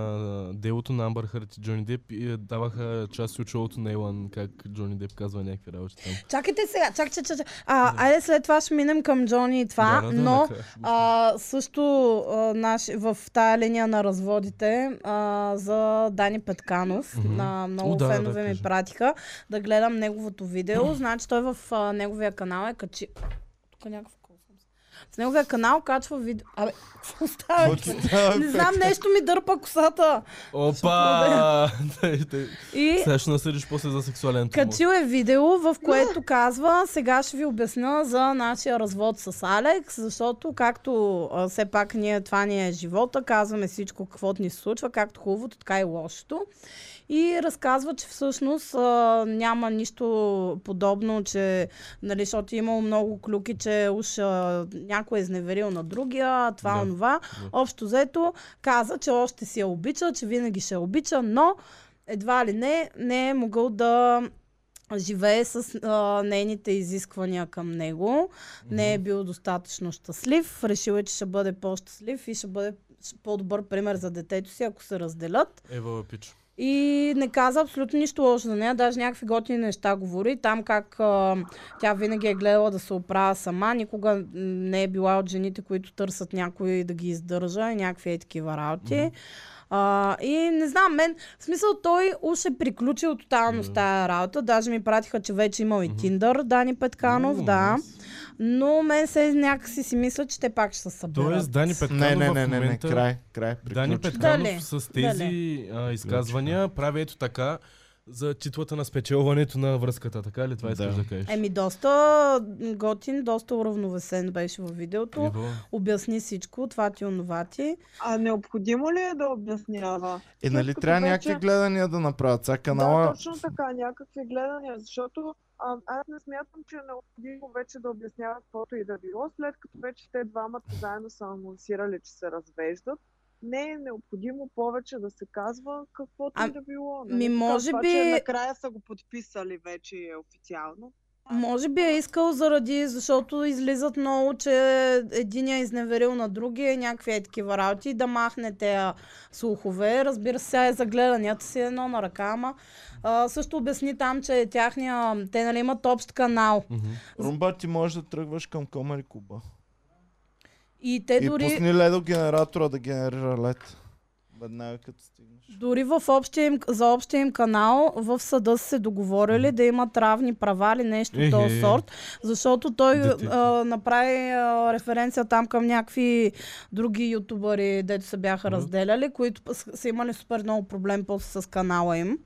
D: делото на Амбър Хърт и Джони Деп и даваха части от шоуто на Елан, как Джони Деп казва някакви работи там.
B: Чакайте сега, чак, чак, чак. А, Айде след това ще минем към Джони и това,
D: Да, да, да,
B: но
D: накрая ще го
B: а, също а, наш, в тая линия на разводите а, за Дани Петканов,
D: Мгм.
B: на много
D: О, да, да, да,
B: фенове ми
D: кажи.
B: пратиха да гледам неговото видео. Значи той в а, неговия канал е качи... Тук някакво кол съм се. В неговия канал качва видео... Абе, какво става?
A: е.
B: бе? Не знам, нещо ми дърпа косата.
D: Опа! Дай, дай.
B: И
D: Сега ще насъдиш после за сексуален тумор.
B: Качил е видео, в което казва, сега ще ви обясня за нашия развод с Алекс, защото както а, все пак ние, това ни е живота, казваме всичко, каквото ни се случва, както хубавото, така и лошото. И разказва, че всъщност а, няма нищо подобно, че, нали, защото е имало много клюки, че уж а, някой е изневерил на другия, това,
D: Да,
B: онова.
D: да.
B: Общо взето каза, че още си я обича, че винаги ще я обича, но едва ли не, не е могъл да живее с а, нейните изисквания към него. Не е бил достатъчно щастлив. Решил е, че ще бъде по-щастлив и ще бъде по-добър пример за детето си, ако се разделят.
D: Ева пич.
B: И не каза абсолютно нищо лошо за нея, даже някакви готини неща говори. Там как а, тя винаги е гледала да се оправя сама, никога м, не е била от жените, които търсят някой да ги издържа и някакви е такива работи.
D: Мгм.
B: А, и не знам, мен, в смисъл той уж е приключил тотално с
D: Да.
B: тая работа. Даже ми пратиха, че вече имал и
D: Мгм.
B: Тиндър, Дани Петканов,
D: О,
B: да.
D: найс.
B: Но мен се някакси си мисля, че те пак ще се съберат.
D: Тоест, Дани Петканов
A: Не, не, не,
D: в
A: не, не,
D: момента...
A: край, край,
D: Дани
A: приключи.
D: Петканов
B: Дале,
D: с тези а, изказвания прави ето така за титлата на спечелването на връзката. Така ли това искаш
A: Да.
D: да кажеш?
B: Еми, доста готин, доста уравновесен беше във видеото.
D: Ева.
B: Обясни всичко, това ти, е онова ти.
E: А необходимо ли е да обяснява?
A: Е, нали
E: След като
A: трябва
E: вече-
A: някакви гледания да направят? Сега канала...
E: Да, точно така, някакви гледания, защото а, аз не смятам, че е необходимо вече да обяснява каквото и да било, след като вече те двамата заедно са анонсирали, че се развеждат. Не е необходимо повече да се казва каквото
B: А,
E: и да било. нали?
B: ми
E: Така,
B: може
E: това,
B: би-
E: Че накрая са го подписали вече и е официално.
B: Може би е искал заради, защото излизат много, че един е изневерил на другия и някакви е такива работи, да махне тези слухове. Разбира се, сега е за гледанията си едно на ръка, ама а, също обясни там, че тяхния, те нали имат общ канал.
D: Мгм.
A: Румба, ти можеш да тръгваш към Комари Куба.
B: И те
A: И
B: Е, дори...
A: пусни ледо генератора да генерира лед. Веднага като стигнеш.
B: Дори в общия им, за общия им канал в съда са се договорили да имат равни права или нещо от този
D: Е-е.
B: сорт, защото той
D: Детето.
B: а, направи а, референция там към някакви други ютубъри, дето се бяха
D: Мгм.
B: разделяли, които пъс- са имали супер много проблем после с канала им.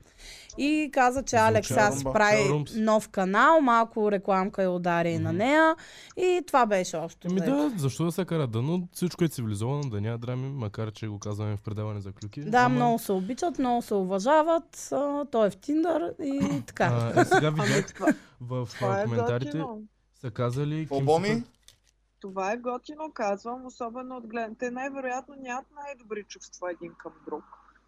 B: И каза, че Алекс
D: Звучава
B: сега си
A: бомба.
B: прави
D: Румс.
B: нов канал, малко рекламка я удари и на
D: Мгм.
B: нея. И това беше общо.
D: Еми
B: взето.
D: Ами да, защо да се кара да, но всичко е цивилизовано, да няма драми, макар че го казваме в предаване за клюки.
B: Да, много се обичат, много се уважават. А, той е в Тиндър и така.
D: А, е, сега
E: Ами
D: видях
E: това,
D: в
E: това
D: а,
E: е
D: коментарите,
E: готино.
D: са казали...
A: Какво,
D: Ким
A: Боми?
E: Това е готино, казвам, особено от гледна. Те най-вероятно нямат най-добри чувства един към друг.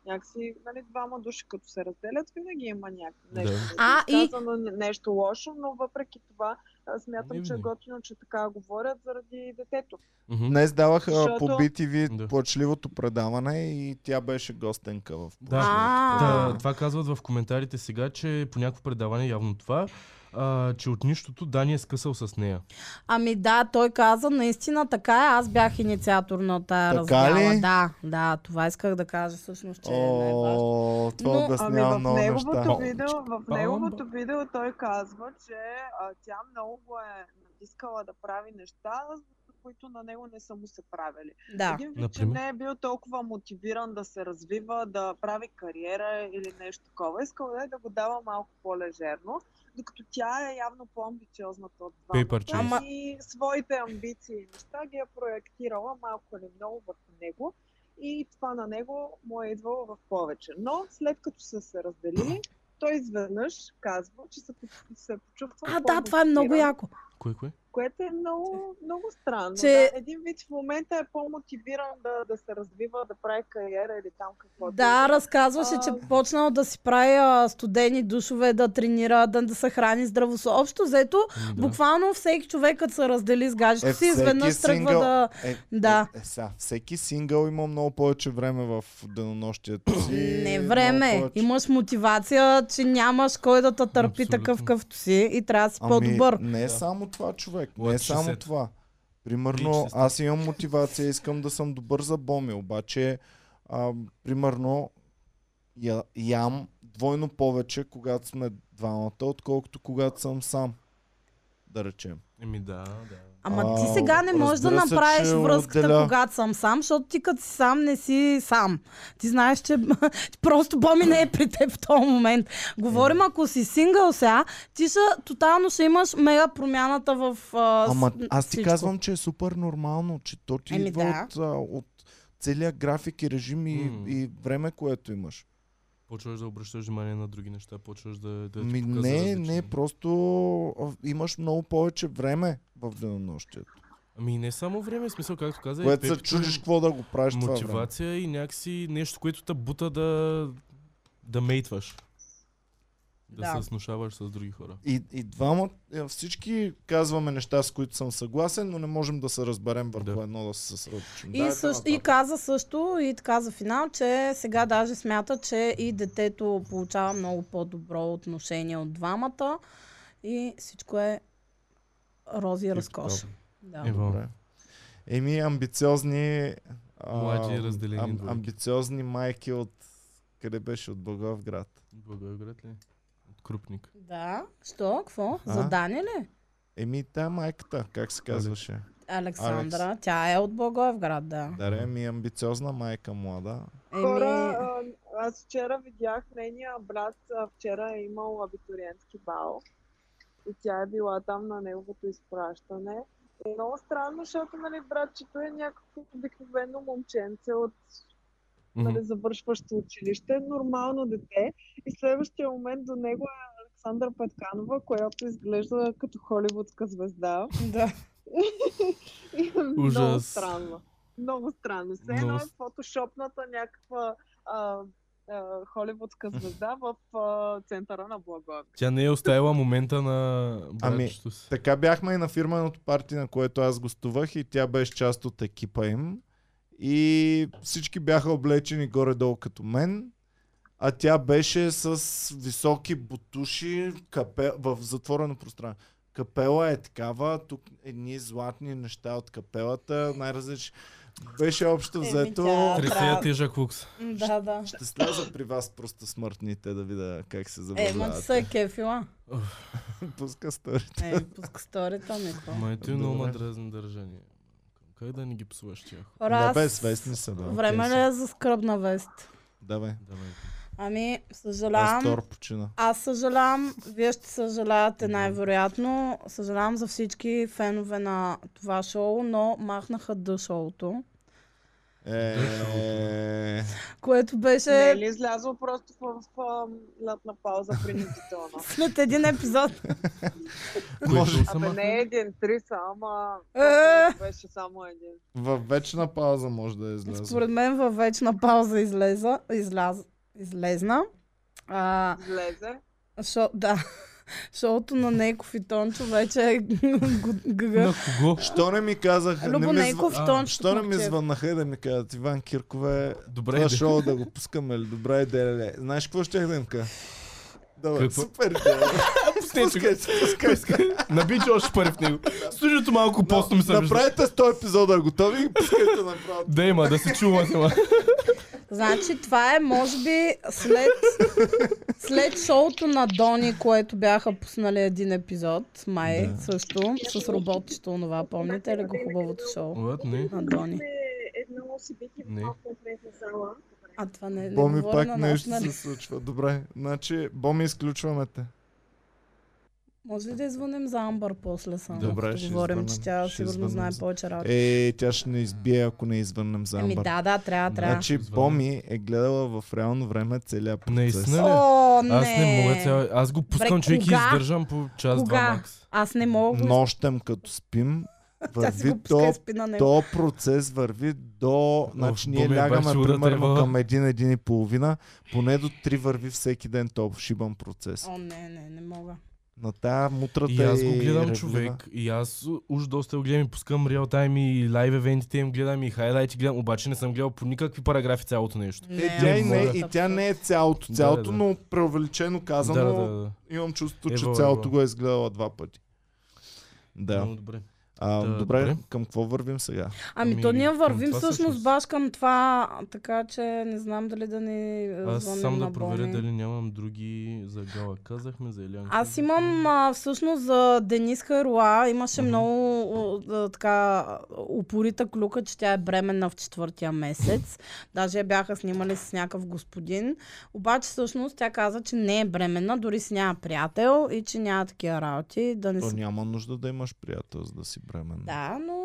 E: Някакси, нали, двама души като се разделят, винаги има някакво
D: Да.
E: нещо.
B: А, и-
E: Казано не- нещо лошо, но въпреки това а, смятам,
D: Не
E: че е
D: винаги.
E: готино, че така говорят заради детето.
D: Мгм.
A: Днес даваха
E: Защото-
A: по BTV
D: Да.
A: плачливото предаване и тя беше гостенка в
D: Да.
B: А.
D: Та, това казват в коментарите сега, че по някакво предаване явно това, а, че от нищото Дани е скъсал с нея.
B: Ами да, той каза, наистина така е, аз бях инициатор на тая
A: Така
B: раздяла.
A: ли?
B: Да, да, това исках да кажа всъщност, че е най-важно.
A: О, това
B: Но-
E: Ами
A: обяснява
E: в
A: много неща.
E: неговото, видео, в неговото видео той казва, че а, тя много го е натискала да прави неща, за които на него не са му се правили.
B: Да.
E: Един вид,
D: Например?
E: че не е бил толкова мотивиран да се развива, да прави кариера или нещо такова. Искал е да го дава малко по-лежерно, докато тя е явно по-амбициозната от
D: Paper chase.
E: двамата
B: Ама-
E: и своите амбиции и неща ги е проектирала малко или много върху него и това на него му е идвало в повече. Но след като са се разделили, той изведнъж казва, че се, поч- се почувства
B: А, да, това е много
E: по-мотивиран,
B: яко.
D: Кое, кое?
E: което е много, много странно.
B: Че-
E: Че... Да, един вид в момента е по-мотивиран да, да се развива, да прави кариера или там каквото.
B: Да, разказваше,
E: А.
B: че почнал да си прави а, студени душове, да тренира, да, да се храни здравословно. Общо взето,
D: Ами Да.
B: буквално всеки човек, като се раздели с гаджето
A: Е,
B: си,
A: всеки
B: изведнъж тръгва
A: сингъл-
B: да...
A: Е,
B: Да.
A: Е, е, са, всеки сингъл има много повече време в денонощието си.
B: Не
A: много
B: време.
A: повече-
B: Имаш мотивация, че нямаш кой да те търпи
D: Абсолютно.
B: такъв какъвто си и трябва да си
A: Ами,
B: по-добър.
A: Не е
D: Да.
A: само това, човек. Не е
D: Лъчи
A: само
D: се.
A: това. Примерно,
D: Личи се.
A: аз имам мотивация, искам да съм добър за боми, обаче, а, примерно, я, ям двойно повече, когато сме двамата, отколкото когато съм сам. Да речем.
D: Еми Ами да, да.
B: Ама ти
A: А,
B: сега не можеш да
A: разбира се,
B: направиш
A: че
B: връзката,
A: отделя.
B: когато съм сам, защото ти като си сам не си сам. Ти знаеш, че просто Боми не е при теб в този момент. Говорим, ако си сингъл сега, ти ще, тотално ще имаш мега промяната в а, с-
A: Ама аз ти
B: всичко.
A: казвам, че е супер нормално, че то ти
B: Еми
A: идва
B: да.
A: от, а, от целия график и режим и,
D: М.
A: и време, което имаш.
D: Почваш да обръщаш внимание на други неща, почваш да... да ти
A: Ми,
D: показва
A: Ами не,
D: различни.
A: не, е просто а, имаш много повече време в денонощието.
D: Ами не само време, в смисъл, както каза... и
A: Което се
D: Пепито,
A: чудиш какво да го правиш това време.
D: Мотивация и някакси нещо, което те бута да... да мейтваш. Да,
B: Да.
D: се снушаваш с други хора.
A: И, и двама, е, всички казваме неща, с които съм съгласен, но не можем да се разберем върху
D: Да.
A: едно да се съсредоточим.
B: И,
A: Да, е
B: също,
A: така
B: и каза също, и така за финал, че сега даже смята, че и детето получава много по-добро отношение от двамата и всичко е рози и разкош. Да.
D: Ева.
A: Добре. Еми, амбициозни... а,
D: Млади разделени двойки.
A: амбициозни майки от... Къде беше? От Благоевград.
D: Благоевград ли? е? От Крупник.
B: Да, що? Какво?
A: А?
B: За Дани ли?
A: Еми, та майката, как се казваше?
B: Александра. Тя е от Благоевград, да.
A: Даре ми амбициозна майка млада.
E: Хора,
B: Еми,
E: а, аз вчера видях нейния брат, а, вчера е имал абитуриентски бал и тя е била там на неговото изпращане. Е много странно, защото нали, братчето е някакво обикновено момченце от
D: Мгм.
E: нали, завършващо училище, нормално дете. И следващия момент до него е Александра Петканова, която изглежда като холивудска звезда.
B: да.
E: И е Много
D: Ужас.
E: странно. Много странно. Все
D: Много
E: едно е
D: с-
E: фотошопната някаква а, а, холивудска звезда в а, центъра на Благоев.
D: Тя не е оставила момента на
A: Ами,
D: братчето си.
A: Така бяхме и на фирменото парти, на което аз гостувах и тя беше част от екипа им. И всички бяха облечени горе-долу като мен. А тя беше с високи бутуши капе... в затворено пространство. Капела е такава, тук едни златни неща от капелата, най-различни. Беше общо
B: Еми,
A: взето.
B: тя-
D: Тресея тежък лукс.
B: М, Да, да.
A: Ще сляза при вас просто смъртните да видя как се
B: Е, ма ти
A: забавляват.
B: се е кефила.
A: Пуска сторите.
B: Е, пуска сторито ми. какво.
D: Май ти много
A: Добре.
D: мадрезни държания. Как да не ги псуваш тях?
B: Хора,
A: Не
B: аз-
A: бе, свестни са, да.
B: Време
A: окей
B: ли
A: са.
B: е за скръбна вест?
A: Давай.
D: Давай.
B: Ами,
A: Аз
B: съжалявам.
A: Тор почина.
B: Аз съжалявам, вие ще съжалявате най-вероятно. Съжалявам за всички фенове на това шоу, но махнаха дъ шоуто,
A: Е,
B: което
E: Не е
B: беше
E: ли излязло просто в, в, в лятна пауза принудително?
B: след един епизод.
A: може
E: Абе не е един, три са, ама
B: Е.
E: беше само един.
A: във вечна пауза може да е излязъл.
B: Според мен във вечна пауза излеза, изляз, излезна. А,
E: Излезе.
B: шо, да, шоуто на Нейков и Тончо вече е гъга.
D: На кого?
A: Що не ми казаха? не
B: Любо
A: ми зв-
B: Нейков,
D: а,
B: Тончо
A: Що не ми
B: Токмакчиев.
A: звъннаха и да ми кажат, Иван Киркове,
D: Добре,
A: това
D: де.
A: шоу да го пускаме ли? Добра идея ли? е? Знаеш какво ще да им кажа? Добре,
D: Какво?
A: супер идея. Пускай, пускай, пускай.
D: Набича още пари в него. Студиото малко посно ми се вижда.
A: Направете 100 епизода готови и пускайте направо.
D: Да има, да се чувате, ма.
B: Значи това е, може би, след, след шоуто на Дони, което бяха пуснали един епизод, май
A: Да.
B: също, с роботчето, онова, помните ли го хубавото шоу
D: Лад, не.
B: на Дони?
F: едно събитие
D: Не.
F: в малка конферентна зала.
B: А това не, не
A: Боми
B: говори на
A: пак
B: нас,
A: нещо
B: нали?
A: се случва. Добре, значи Боми изключваме те.
B: Може ли да извънем за Амбър после само?
D: Добре,
B: като
A: ще
B: говорим, че
A: извънем,
B: тя
A: ще
B: сигурно
A: извънем
B: знае
A: за-
B: повече работа.
A: Е, тя ще не избие, ако не извъннем за
B: Еми
A: Амбър.
B: Ами да, да, трябва, трябва.
A: Значи
D: Извънем.
A: Боми е гледала в реално време целия процес.
D: Наистина. не.
B: О, не!
D: Аз не мога цял... Аз го пускам
B: Бре,
D: човек и
B: кога?
D: издържам по час-два
B: Кога?
D: макс.
B: Аз не мога. го-
A: Нощем като спим,
B: е. Тя си
A: върви
B: го пуска и
A: то,
B: спи на него.
A: то процес върви до... Значи ние
D: Боми е баш
A: лягаме
D: сигурна
A: примерно
D: трева.
A: към един, един и половина, поне до три върви всеки ден то шибан процес.
B: О, не, не, не мога.
A: На тая мутрата
D: И аз го
A: е
D: гледам
A: ревлива.
D: човек. И аз уж доста го гледам и пускам реал тайм и лайв евентите им гледам и хайлайти гледам, обаче не съм гледал по никакви параграфи цялото нещо.
B: Не,
A: Е, тя, и не,
D: мога.
A: и тя не е цялото.
D: Да,
A: Цялото,
D: да.
A: но преувеличено казано,
D: да, да, да.
A: имам чувството,
D: Ева,
A: че
D: ева.
A: цялото го е изгледала два пъти. Да.
D: Много добре.
A: А,
D: Да,
A: добре,
D: добре.
A: към какво вървим сега?
B: Ами,
D: Ами,
B: то ние
D: към
B: вървим
D: това
B: всъщност
D: всъщност.
B: баш към това, така че не знам дали да ни е,
D: Аз
B: звъним
D: само
B: на
D: да проверя
B: Боми.
D: дали нямам други за Гала. Казахме за Елян.
B: Аз имам а, всъщност за Денис Харуа, имаше
D: Мгм.
B: много а, така упорита клюка, че тя е бременна в четвъртия месец. Даже я бяха снимали с някакъв господин. Обаче всъщност тя каза, че не е бременна, дори си няма приятел и че няма такива работи. Да не
A: То
B: си...
A: няма нужда да имаш приятел, за да си бремен.
B: Да, но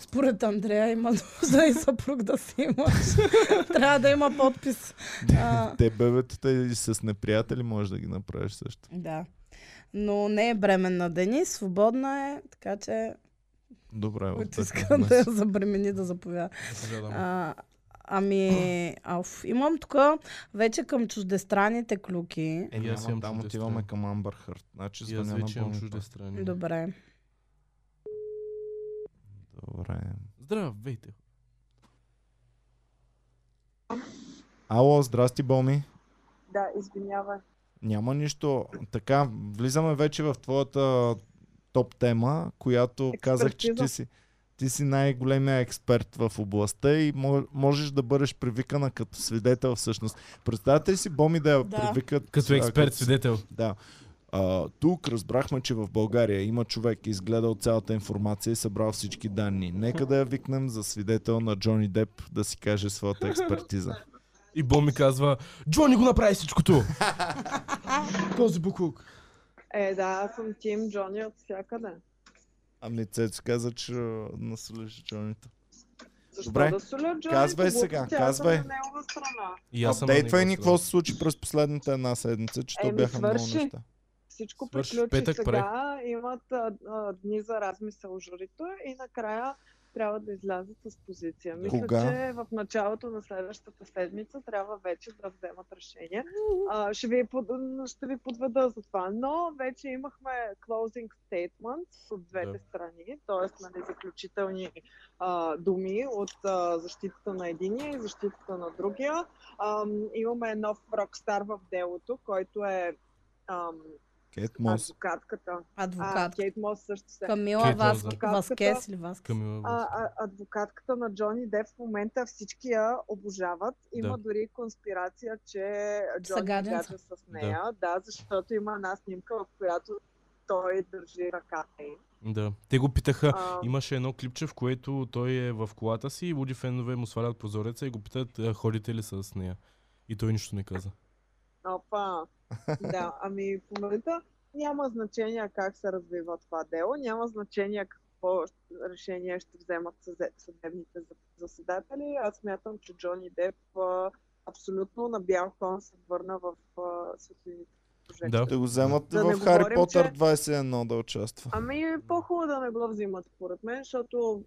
B: според Андрея има нужда и съпруг да си имаш. Трябва да има подпис. А,
A: Те бебетата и с неприятели можеш да ги направиш също.
B: да. Но не е бременна Денис, свободна е, така че
A: Добре,
B: който
A: отдъхнахме
B: иска да я
A: се.
B: забремени да заповяда.
D: Заповядам.
B: А, ами, ауф, имам тук вече към чуждестранните клюки.
A: Е,
D: И аз
A: няма,
D: имам
A: там
D: чуждестранен.
A: отиваме към Амбър Хърт. Значи
D: И аз
A: звъня на
D: вече имам
A: Боми
D: чужди
A: пак.
D: страни.
B: Добре.
A: Добре.
D: Здравейте.
A: Ало, здрасти, Боми.
E: Да, извинявай.
A: Няма нищо. Така, влизаме вече в твоята топ тема, която казах, че ти
E: Експертиза.
A: си, ти си най-големия експерт в областта и мо- можеш да бъдеш привикана като свидетел всъщност. Представете ли си Боми да я
B: Да.
A: привикат
D: Като
A: а,
D: експерт, свидетел.
A: Да. А, тук разбрахме, че в България има човек, изгледал цялата информация и събрал всички данни. Нека да я викнем за свидетел на Джони Деп да си каже своята експертиза.
D: И Бо ми казва, Джони го направи всичкото! Този буклук.
E: Е, да, аз съм Тим Джони от всякъде.
A: Ами Цецо каза, че а, насолиш Джонито.
E: Защо
A: Добре.
E: да соля Джони?
A: Казвай
E: Глупости,
A: сега,
E: аз
A: казвай.
E: съм на негова страна.
D: И аз съм на
A: Апдейтвай е ни
D: негова
A: какво се случи през последната една седмица, че то
E: Еми,
A: бяха много
E: свърши.
A: неща.
E: Всичко
D: Свърши
E: приключи
D: петък,
E: сега. Имат а, а, дни за размисъл журито и накрая трябва да излязат с позиция. Мисля,
A: Кога?
E: че в началото на следващата седмица трябва вече да вземат решение. А, ще, ви, под- ще ви подведа за това. Но вече имахме closing statements от двете
D: Да.
E: страни, т.е. Нали, заключителни а, думи от а, защитата на единия и защитата на другия. Ам, имаме нов рокстар в делото, който е ам,
A: Кейт Мос.
E: Адвокатката. А,
B: Адвокат.
E: Кейт Мос също се.
B: Камила
D: Кейт
B: Васк...
D: Роза.
B: Васкес или Васкес?
D: Камила
E: А,
D: Васкес.
E: а, адвокатката на Джони Деп в момента всички я обожават. Има дори конспирация, че Джони
B: Са гаденца.
E: гадже с нея. Да. защото има една снимка, в която той държи ръката й.
D: Да. Те го питаха.
E: А,
D: Имаше едно клипче, в което той е в колата си и луди фенове му свалят прозореца и го питат а, ходите ли с нея. И той нищо не каза.
E: Опа! Да, ами в момента няма значение как се развива това дело, няма значение какво решение ще вземат съзе- съдебните за- заседатели. Аз смятам, че Джони Деп а, абсолютно на бял кон се върна в а, светлините. на
D: Да.
A: Да го вземат ли
E: Да не
A: в Хари
E: говорим,
A: Потър
E: че-
A: 21 да участва?
E: Ами по-хубаво да не го взимат, според мен, защото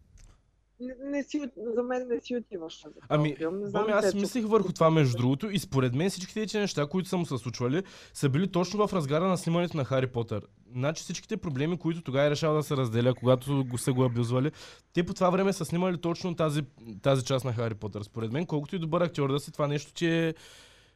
E: не, не си, за мен не си отиваш за този
D: Ами,
E: филм. Не знам,
D: Боми, аз
E: Цецо.
D: мислих върху това между другото и според мен всичките тези неща, които са му се случвали, са били точно в разгара на снимането на Хари Потър. Значи всичките проблеми, които тогава е решава да се разделя, когато го са го абюзвали, те по това време са снимали точно тази, тази част на Хари Потър. Според мен, колкото и добър актьор да си, това нещо ти е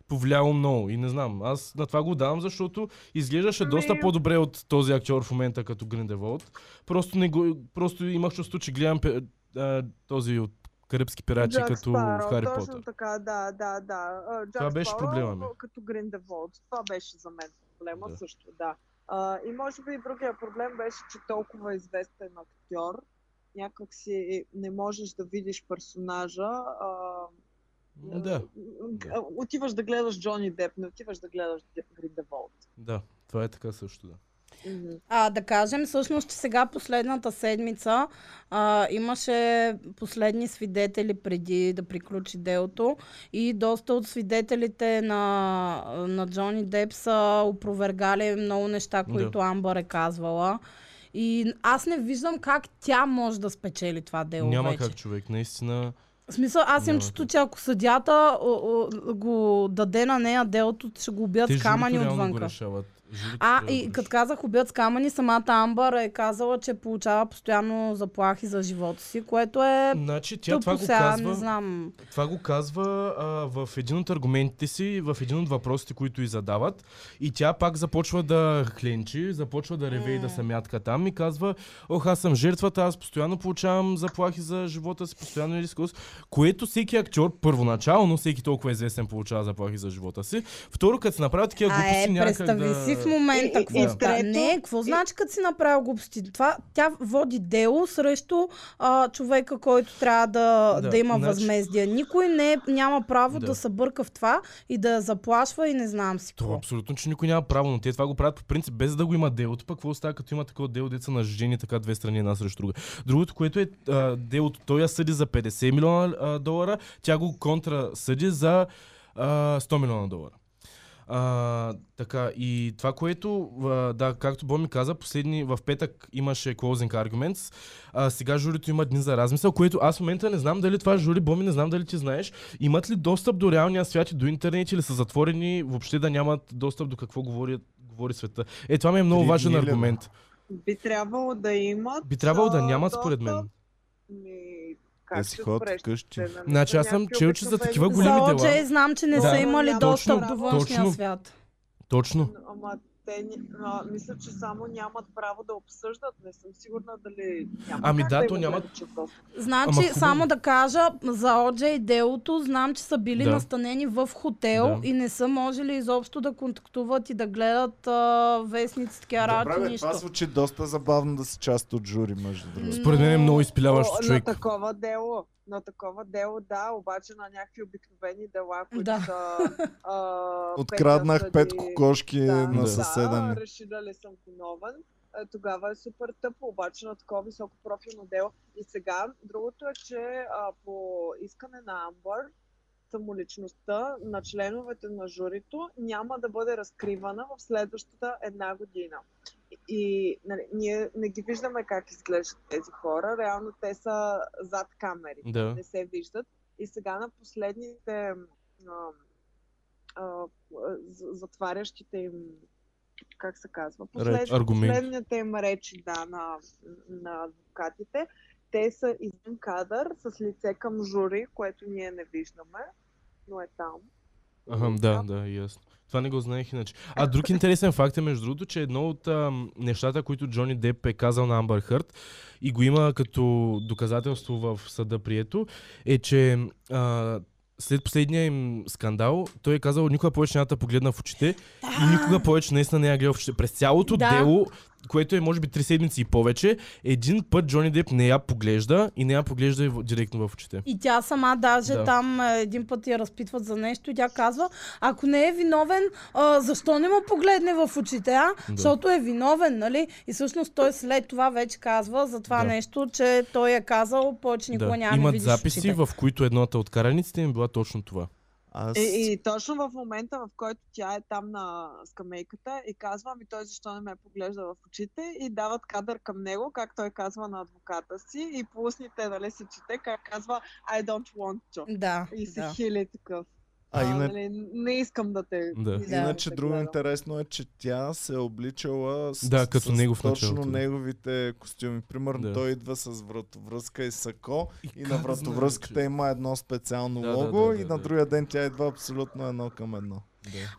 D: повлияло много и не знам. Аз на това го давам, защото изглеждаше
E: Ами-
D: доста по-добре от този актьор в момента като Гриндеволд. Просто, не го, просто имах чувство, че гледам пе- а, този от Карибски пирачи
E: Джак
D: като
E: Спаро,
D: в Хари
E: точно
D: Потър.
E: така, да, да, да. А, Джак
D: Това беше
E: Спаро,
D: проблема ми.
E: Като Гриндеволд. Това беше за мен проблема
D: Да.
E: да. също, да. А, и може би другия проблем беше, че толкова известен актьор, някак си не можеш да видиш персонажа. А,
D: М, Да,
E: а, Отиваш да гледаш Джони Деп, не отиваш да гледаш Д- Гриндеволд.
D: да. Това е така също, да.
E: Мгм.
B: А, да кажем всъщност, че сега последната седмица а, имаше последни свидетели преди да приключи делото и доста от свидетелите на, на Джони Деп са опровергали много неща,
D: Да.
B: които Амбър е казвала. И аз не виждам как тя може да спечели това дело
D: Няма
B: вече.
D: как човек, наистина.
B: В смисъл, аз имам
D: Няма
B: чувство, че ако съдята о, о, го даде на нея делото, ще го убият
D: Те
B: с камъни
D: журито реално го
B: отвънка.
D: решават. Журито
B: А,
D: трябва да
B: и
D: го
B: като
D: реши.
B: казах убият с камъни, самата Амбър е казала, че получава постоянно заплахи за живота си, което е
D: Значи тя
B: тъпо
D: това
B: сега,
D: го
B: не
D: казва,
B: знам.
D: това го казва а, в един от аргументите си, в един от въпросите, които и задават. И тя пак започва да кленчи, започва да реве и да се мятка там и казва, ох, аз съм жертвата, аз постоянно получавам заплахи за живота си, постоянно е рискус. Което всеки актьор, първоначално, всеки толкова известен получава заплахи за живота си. Второ, като се направят такива
B: А
D: глупости,
B: е,
D: някак
B: представи
D: да...
B: си в момента
E: И- и-
B: какво
E: и
B: става.
E: трето-
B: Не, какво значи като си направил глупости? Това, тя води дело срещу а, човека, който трябва да,
D: Да,
B: да, има
D: значи-
B: възмездие. Никой не, няма право
D: Да.
B: да. се бърка в това и да я заплашва и не знам си
D: То
B: какво.
D: абсолютно, че никой няма право, но те това го правят по принцип, без да го има делото. Пък какво става, като има такова дело, деца на жени, така две страни една срещу друга. Другото, което е а, делото, той я съди за 50 милиона а, долара, тя го контра съди за а, 100 милиона долара. А, така, и това, което, а, да, както Боми каза, последни, в петък имаше closing arguments, а, сега журито има дни за размисъл, което аз в момента не знам дали това жури, Боми, не знам дали ти знаеш, имат ли достъп до реалния свят и до интернет или са затворени, въобще да нямат достъп до какво говори, говори света. Е, това ми е много
A: Три
D: важен
A: дни ли, бе?
D: аргумент.
E: Би трябвало да имат.
D: Би трябвало да
E: а,
D: нямат,
E: доста-
D: според мен.
E: Ми,
A: Те
E: как
A: си
E: ще
A: ходят
E: спреш?
A: вкъщи.
E: Те, нали,
D: Значи,
E: са
D: аз съм
E: някакви
D: чел, че за такива
E: обикновени-
D: големи
B: За
D: дела.
B: OJ знам, че не
D: Да.
B: са имали
E: Точно,
B: достъп до
E: точно.
B: външния свят.
D: Точно.
E: Ама те, ни- а, мисля, че само нямат право да обсъждат. Не съм сигурна дали няма
D: Ами
E: как
D: да,
E: да
D: то
E: им
D: няма-
E: ограничат достъп.
D: Ама
B: Значи,
D: хубаво.
B: само да кажа, за Оджей делото знам, че са били
D: Да.
B: настанени в хотел
D: Да.
B: и не са можели изобщо да контактуват и да гледат а, вестници, такива работи,
A: Добре, бе,
B: нищо.
A: това звучи доста забавно да си част от жури, между другото.
D: Според мен е
B: Но-
D: много изпиляващо
E: О,
D: човек.
E: На такова дело, на такова дело, да, обаче на някакви обикновени дела, които
B: Да.
E: са... а,
A: Откраднах
E: пет
A: пет
E: съди-
A: кокошки на съседа ми.
E: Да, решила ли съм виновен. Е, Тогава е супер тъпо, обаче на такова високо профилно дело. И сега, другото е, че а, по искане на Амбър, самоличността на членовете на журито няма да бъде разкривана в следващата една година. И нали, ние не ги виждаме как изглеждат тези хора. Реално те са зад камери
D: Да.
E: не се виждат. И сега на последните а, а, з- затварящите им, как се казва,
D: Реч, аргументи.
E: последните им речи да, на, на адвокатите, те са извън кадър с лице към жури, което ние не виждаме, но е там.
D: Аха, да, да, ясно. Това не го знаех иначе. А друг интересен факт е, между другото, че едно от ам, нещата, които Джони Деп е казал на Амбър Хърт и го има като доказателство в съда прието, е, че а, след последния им скандал, той е казал, никога повече няма да погледна в очите и никога повече наистина не я гледа в очите. През цялото
B: Да.
D: дело, което е може би три седмици и повече, един път Джони Деп не я поглежда и не я поглежда и в- директно в очите.
B: И тя сама даже
D: Да.
B: да. там е, един път я разпитват за нещо и тя казва, ако не е виновен, а, защо не му погледне в очите, а? Да. Защото е виновен, нали? И всъщност той след това вече казва за това
D: Да.
B: да. нещо, че той е казал, повече никога да. няма да
D: Имат
B: видиш
D: записи,
B: очите.
D: в които едната от караниците им е била точно това.
A: Аз...
E: И, и точно в момента, в който тя е там на скамейката и казва, ми той защо не ме поглежда в очите и дават кадър към него, как той казва на адвоката си и по устните, нали, се чете, как казва I don't want you.
B: Да,
E: И се
B: да.
E: хили такъв.
A: А, иначе...
E: нали, не искам да те...
D: Да.
E: не искам
A: Иначе
E: те
A: друго
E: гледам.
A: интересно е, че тя се е обличала с,
D: Да, като
A: с
D: него в
A: точно
D: началото, да.
A: неговите костюми. Примерно
D: Да.
A: той идва с вратовръзка и сако и, на
D: как
A: вратовръзката
D: знае,
A: има едно специално
D: Да, да,
A: лого
D: да, да,
A: и на
D: да.
A: другия ден тя идва абсолютно едно към едно.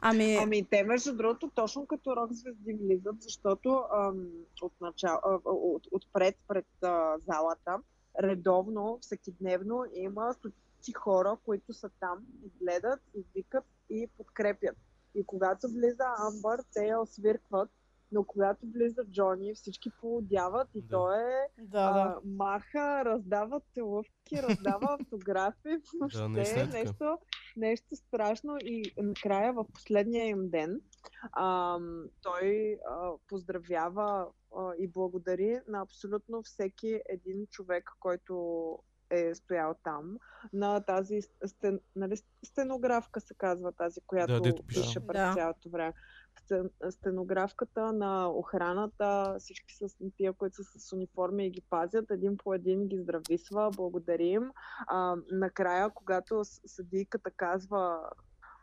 B: Ами,
E: Ами те, между другото, точно като рок звезди влизат, защото ам, от, начало, а, от, отпред пред а, залата редовно, всекидневно има стотици хора, които са там и гледат, и викат, и подкрепят. И когато влиза Амбър, те я освиркват, но когато влиза Джони, всички поудяват и
D: Да.
E: той е
B: да, да.
E: а, маха, раздава целувки, раздава автографи, въобще
D: наистина е така.
E: нещо, нещо страшно и накрая в последния им ден ам, той а, поздравява а, и благодари на абсолютно всеки един човек, който е стоял там, на тази стен, нали, стенографка се казва тази, която
D: дето пише.
E: пише през
B: Да.
E: цялото време. Стен, стенографката на охраната, всички с тия, които са с униформи и ги пазят, един по един ги здрависва, благодарим. А, накрая, когато с- съдийката казва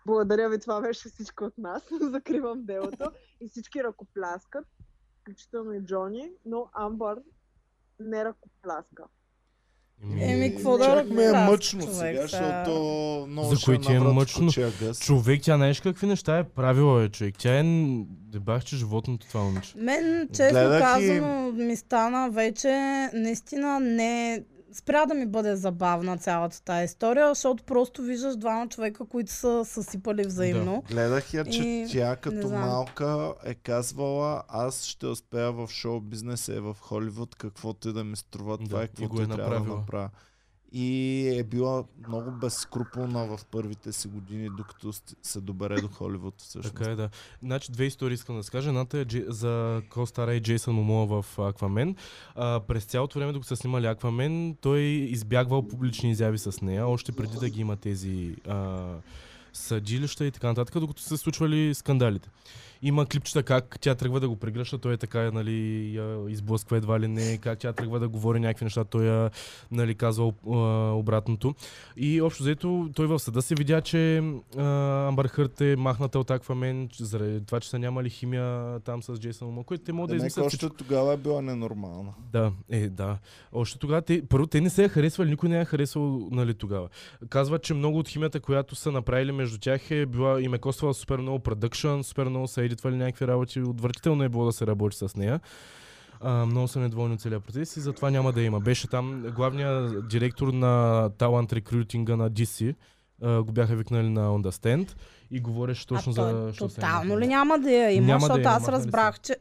E: благодаря ви, това беше всичко от нас, закривам делото и всички ръкопляскат, включително и Джони, но Амбър не ръкопляска.
D: Еми,
B: Еми,
A: И
B: какво да
A: чак ми е
B: разказваш,
A: мъчно
B: човек,
A: сега,
B: сега?
A: защото много
D: За
A: ще
D: кой ти е
A: наврат в
D: мъчно?
A: кучия гъс.
D: Човек, тя знаеш какви неща е правила, е, човек. Тя е н- дебахче животното това момиче.
B: Мен, честно
A: Гледах и-
B: казано, ми стана вече наистина не... Спря да ми бъде забавна цялата тази история, защото просто виждаш двама човека, които са съсипали взаимно.
A: Гледах я, че
B: И,
A: тя като
B: знам.
A: малка е казвала, аз ще успея в шоу бизнеса и в Холивуд, каквото и да ми струва,
D: Да,
A: това
D: и
A: е каквото
D: го е
A: и трябва да
D: направила.
A: направя. И е била много безскрупулна в първите си години, докато ст- се добере до Холивуд всъщност.
D: Така е, да. Значи две истории искам да скажа. Едната е Джей- за Костара и Джейсън Момоа в Аквамен. А, през цялото време, докато са снимали Аквамен, той избягвал публични изяви с нея, още преди да ги има тези а, съдилища и така нататък, докато са се случвали скандалите. Има клипчета как тя тръгва да го прегръща, той е така, нали, я изблъсква едва ли не, как тя тръгва да говори някакви неща, той я, нали, казва а, обратното. И общо взето той в съда се видя, че а, Амбър Хърт е махната от Аквамен, че- заради това, че са нямали химия там с Джейсън Момо, което те могат да
A: Демек
D: измислят
A: още
D: всичко.
A: тогава е била ненормална.
D: Да, е, да. Още тогава, те, първо, те не се я харесвали, никой не я е харесвал, нали, тогава. Казват, че много от химията, която са направили между тях е била, им е коствала супер много продъкшън, супер много са едитвали някакви работи, отвратително е било да се работи с нея. А, много са недоволни от целия процес и затова няма да има. Беше там главният директор на талант рекрутинга на DC. А, го бяха викнали на On The Stand и говореше точно
B: а
D: за...
B: то,
D: що е са
B: тотално
D: имали.
B: ли няма да я има,
D: Няма да я
B: защото
D: има, нали
B: аз
D: махнали
B: разбрах, че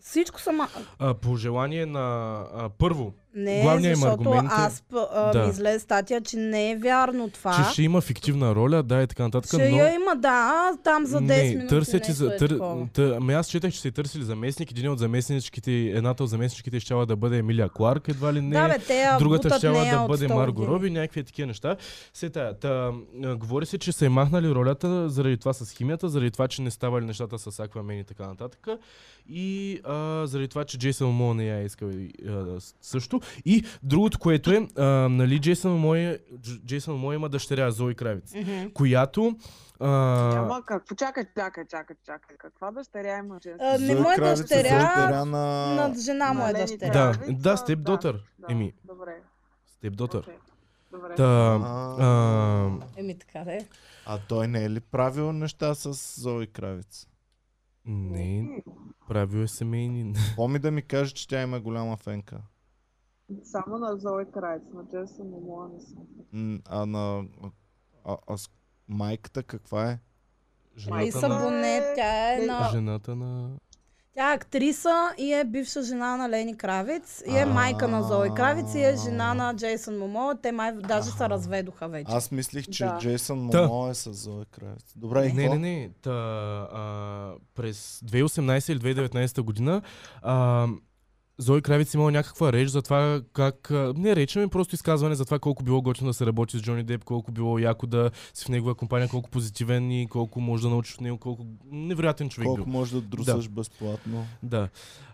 B: всичко сама...
D: А, по желание на... А, първо,
B: Не,
D: Главният им
B: защото
D: аргумент е-
B: аз п- а,
D: Да.
B: ми излезе статия, че не е вярно това.
D: че ще има фиктивна роля, да и така нататък,
B: Ще
D: но...
B: я има, да, там за 10
D: не,
B: минути
D: търсят и
B: нещо
D: за...
B: е
D: Тър,
B: такова.
D: тър, ами аз четах, че са и търсили заместник. Един от заместничките, едната от заместничките щяла да бъде Емилия Кларк, едва ли не.
B: да, бе, те я
D: Другата
B: бутат
D: щяла
B: нея
D: да
B: е от
D: бъде
B: 100
D: Марго
B: години.
D: Роби, някакви такива неща. Се тая, та, а, говори се, че са е махнали ролята заради това с химията, заради това, че не ставали нещата с Аквамен и така нататък. И а, заради това, че Джейсън Момо не я е искал и, а, с- също. И другото, което е, а, нали, Джейсън Момо, е- Дж- Джейсън Момо има дъщеря Зои Кравиц, която
B: е
D: а,
E: Ама какво? Чакай, чакай, чакай, чакай. Каква дъщеря има женска?
B: А, не
A: Зоя
B: моя
A: Кравица,
B: дъщеря,
A: дъщеря на...
B: на жена му е
E: Малени
B: дъщеря.
D: Да,
E: Кравица,
D: да, степ дотър. Еми.
E: Добре.
D: Степдотър.
E: окей. Добре.
D: Та, а,
A: А,
B: Еми така да е.
A: а той не е ли правил неща с Зои Кравица?
D: не, правил е семейни.
A: Поми да ми каже, че тя има голяма фенка.
E: Само на Зои Крайц, на Джесън Момоа не съм.
A: М, А на... А, а с майката каква е?
B: Май
D: Жената на,
B: Сабоне, тя е
E: Не,
B: на...
D: жената на...
B: Тя е актриса и е бивша жена на Лени Кравец, и е майка на Зои Кравец, и е жена на Джейсън Момоа. Те май даже се разведоха вече.
A: Аз мислих, че
E: Да.
A: Джейсън
D: Та.
A: Момо е с Зои Кравица. Добре, и
D: Не,
A: какво?
D: не, не. Та, а, през 2018 или 2019 година а, Зои Кравец имала някаква реч за това как... а, Не реч, ами просто изказване за това колко било готино да се работи с Джони Деп, колко било яко да си в негова компания, колко позитивен и колко може да научиш от него, колко невероятен човек бил.
A: Колко може да друсаш безплатно?
D: Да.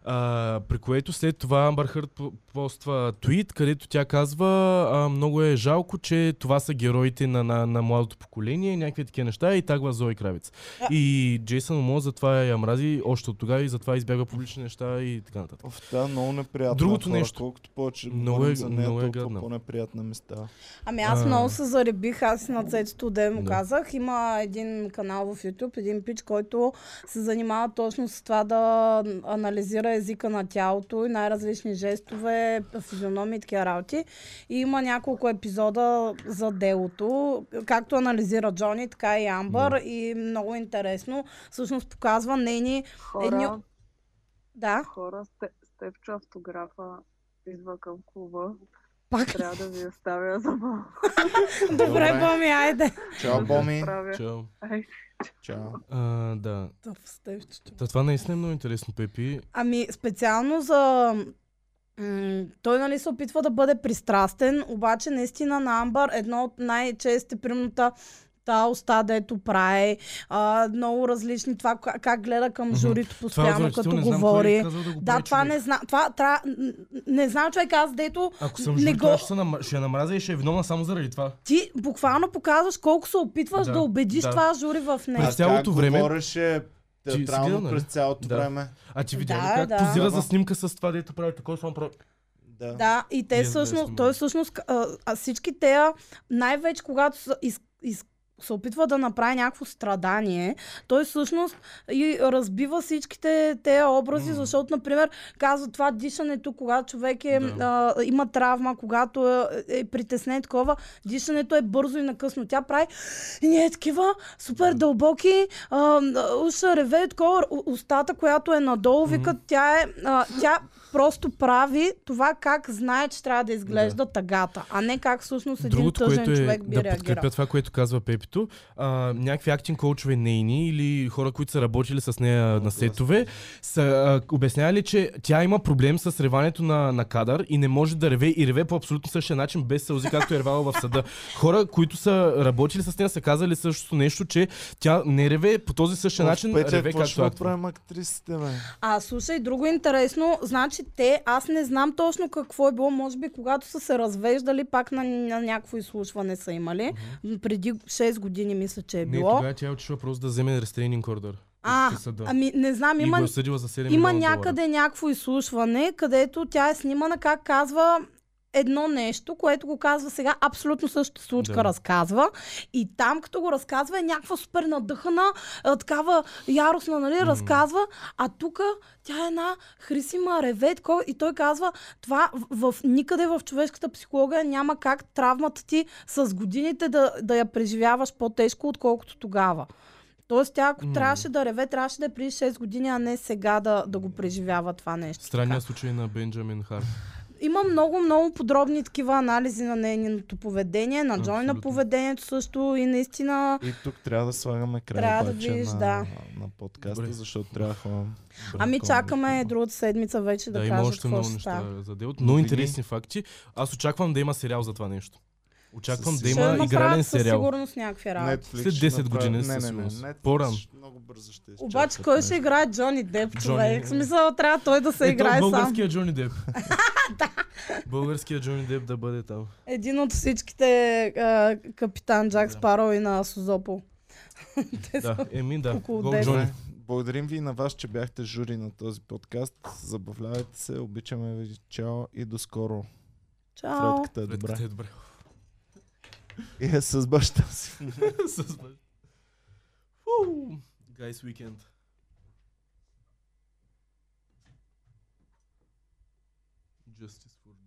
D: А, при което след това Амбър Хърт по- поства твит, където тя казва а, много е жалко, че това са героите на, на, на младото поколение, някакви такива неща и тагва Зои Кравец.
B: А-
D: И Джейсън Момо затова я мрази още от тогава и затова избяга публични неща и така нататък.
A: Оф, тя е много неприятна.
D: Другото
A: хора.
D: нещо.
A: Колкото повече
D: Много
A: говорим
D: е-
A: за нея,
D: много е
A: толкова
D: гадна.
A: по-неприятна ми става.
B: Ами аз
D: А.
B: много се заребих, аз и на Цецето ден му
D: Да.
B: казах. Има един канал в YouTube, един пич, който се занимава точно с това да анализира езика на тялото и най-различни жестове, физиономии и такива работи. И има няколко епизода за делото, както анализира Джони, така и Амбър. И много интересно, всъщност показва нейни... Едни...
E: Хора,
B: Да,
E: хора, сте, Степчо автографа идва към клуба.
B: пак.
E: Трябва да ви оставя за малко.
B: Добре,
A: Добре.
B: Боми, айде.
A: Чао, Боми.
E: Правя.
D: Чао.
E: Ай,
A: Чао.
D: А, да.
B: Тъп, Стефчето.
D: Та, това наистина е много интересно, Пепи.
B: Ами, специално за... М- той нали се опитва да бъде пристрастен, обаче наистина на Амбър едно от най-честите, примерно та, та уста, дето прави, а, много различни, това как, как гледа към
D: Мгм.
B: журито
D: Това е
B: постоянно, като
D: отвратително, не знам кой е
B: говори.
D: казал да го
B: Да,
D: прави
B: това
D: човек.
B: не знам, това тра... н- не знам човек, аз дето
D: Ако съм
B: не
D: журито,
B: го-
D: аз ще, се нам... ще я намразя и ще е виновна само заради това.
B: ти буквално показваш колко се опитваш да,
D: Да,
B: да убедиш
D: да.
B: това жури в
A: А
D: През
B: нея.
A: как
D: цялото време-
A: Говореше
D: си гледал,
A: театрално
D: нали?
A: през цялото
D: Да.
A: време.
D: А ти видя ли
B: Да,
D: как
B: да.
D: позира
A: Ама.
D: за снимка с това, дето прави такова, само прави...
A: Да.
B: Да, и те
D: Ние
B: всъщност,
D: сме
B: той всъщност, а, а всички те, най-вече когато са из, из, се опитва да направи някакво страдание, той всъщност и разбива всичките те образи, mm.
D: М.
B: защото, например, казва това дишането, когато човек е, да.
D: Да.
B: а, има травма, когато е, е притеснен такова, дишането е бързо и накъсно. Тя прави и ние е такива супер дълбоки, а, уша реве, такова, у- устата, която е надолу, вика, тя е, а, тя просто прави това как знае, че трябва да изглежда тъгата, а не как всъщност един
D: Другото,
B: тъжен
D: което е
B: човек би
D: да
B: реагирал.
D: подкрепя това, което казва Пепито, а, някакви актинг коучове нейни или хора, които са работили с нея на сетове, са а, обяснявали, че тя има проблем с реването на, на кадър и не може да реве и реве по абсолютно същия начин, без сълзи, както е ревала в съда. Хора, които са работили с нея, са казали също нещо, че тя не реве по този същия
A: Оф,
D: начин,
A: Петя,
D: реве
A: какво ще
D: както актинг.
A: направим актрисите, бе?
B: А, слушай, друго интересно, значи те, аз не знам точно какво е било, може би когато са се развеждали, пак на, на някакво изслушване са имали, mm-hmm. преди 6 години мисля, че е
D: Не,
B: било.
D: тогава тя е отишла просто да вземе рестрейнинг ордер.
B: а,
D: от съда.
B: ами не знам,
D: И го
B: има,
D: е съдила за 7
B: Има
D: милиона долара.
B: някъде някакво изслушване, където тя е снимана как казва едно нещо, което го казва сега, абсолютно същата случка да.
D: Да.
B: разказва. И там, като го разказва, е някаква супер надъхана, а, такава яростна, нали,
D: М.
B: разказва. А тук тя е една хрисима реве, такова, и той казва, това в, в, никъде в човешката психология няма как травмата ти с годините да, да я преживяваш по-тежко, отколкото тогава. Тоест, тя ако
D: М.
B: трябваше да реве, трябваше да е преди 6 години, а не сега да, да го преживява това нещо.
D: Странният случай на Бенджамин Харт.
B: Има много, много подробни такива анализи на нейното поведение, на Джони на
D: Абсолютно.
B: поведението също и наистина...
A: И тук трябва да слагаме край
B: Трябва да
A: обаче
B: видиш,
A: на,
B: да.
A: на подкаста,
D: Добре.
A: защото трябва да ходим.
B: Ами
D: Бракон,
B: чакаме
D: нещо.
B: другата седмица вече да,
D: Да,
B: да
D: има
B: кажат
D: още
B: какво
D: много
B: ще става.
D: неща за делото. Много
A: Винаги.
D: интересни факти. Аз очаквам да има сериал за това нещо. Очаквам
A: Със
D: да
B: Ще
D: има
A: сигурност.
D: игрален
B: със
D: сериал.
B: сигурност някакви работи.
A: Netflix
D: След
A: ще
D: 10 години
A: направи-
D: със
A: Не, не, не,
D: сигурност.
A: Netflix
D: По-рано.
A: Много бързо ще
B: Обаче
A: изчерпат
B: кой
A: нещо.
B: ще играе Джони Деп,
D: Джони,
B: човек? В
D: да.
B: смисъл трябва той да се
D: Ето,
B: играе сам.
D: българския Е, Джони Деп. Българския Джони Деп да бъде там.
B: Един от всичките а, капитан Джак Спаро и на Сузопо. Те са-
D: Да, еми да.
B: Около
D: Гол
B: десет.
D: Джони.
A: Добре. Благодарим ви и на вас, че бяхте жури на този подкаст. Забавлявайте се, обичаме ви. Чао и до скоро.
B: Чао!
A: Фредката е добре.
D: Добре. Добре.
A: И е с баща си.
D: С бъж- Фу, Guys Weekend. Justice for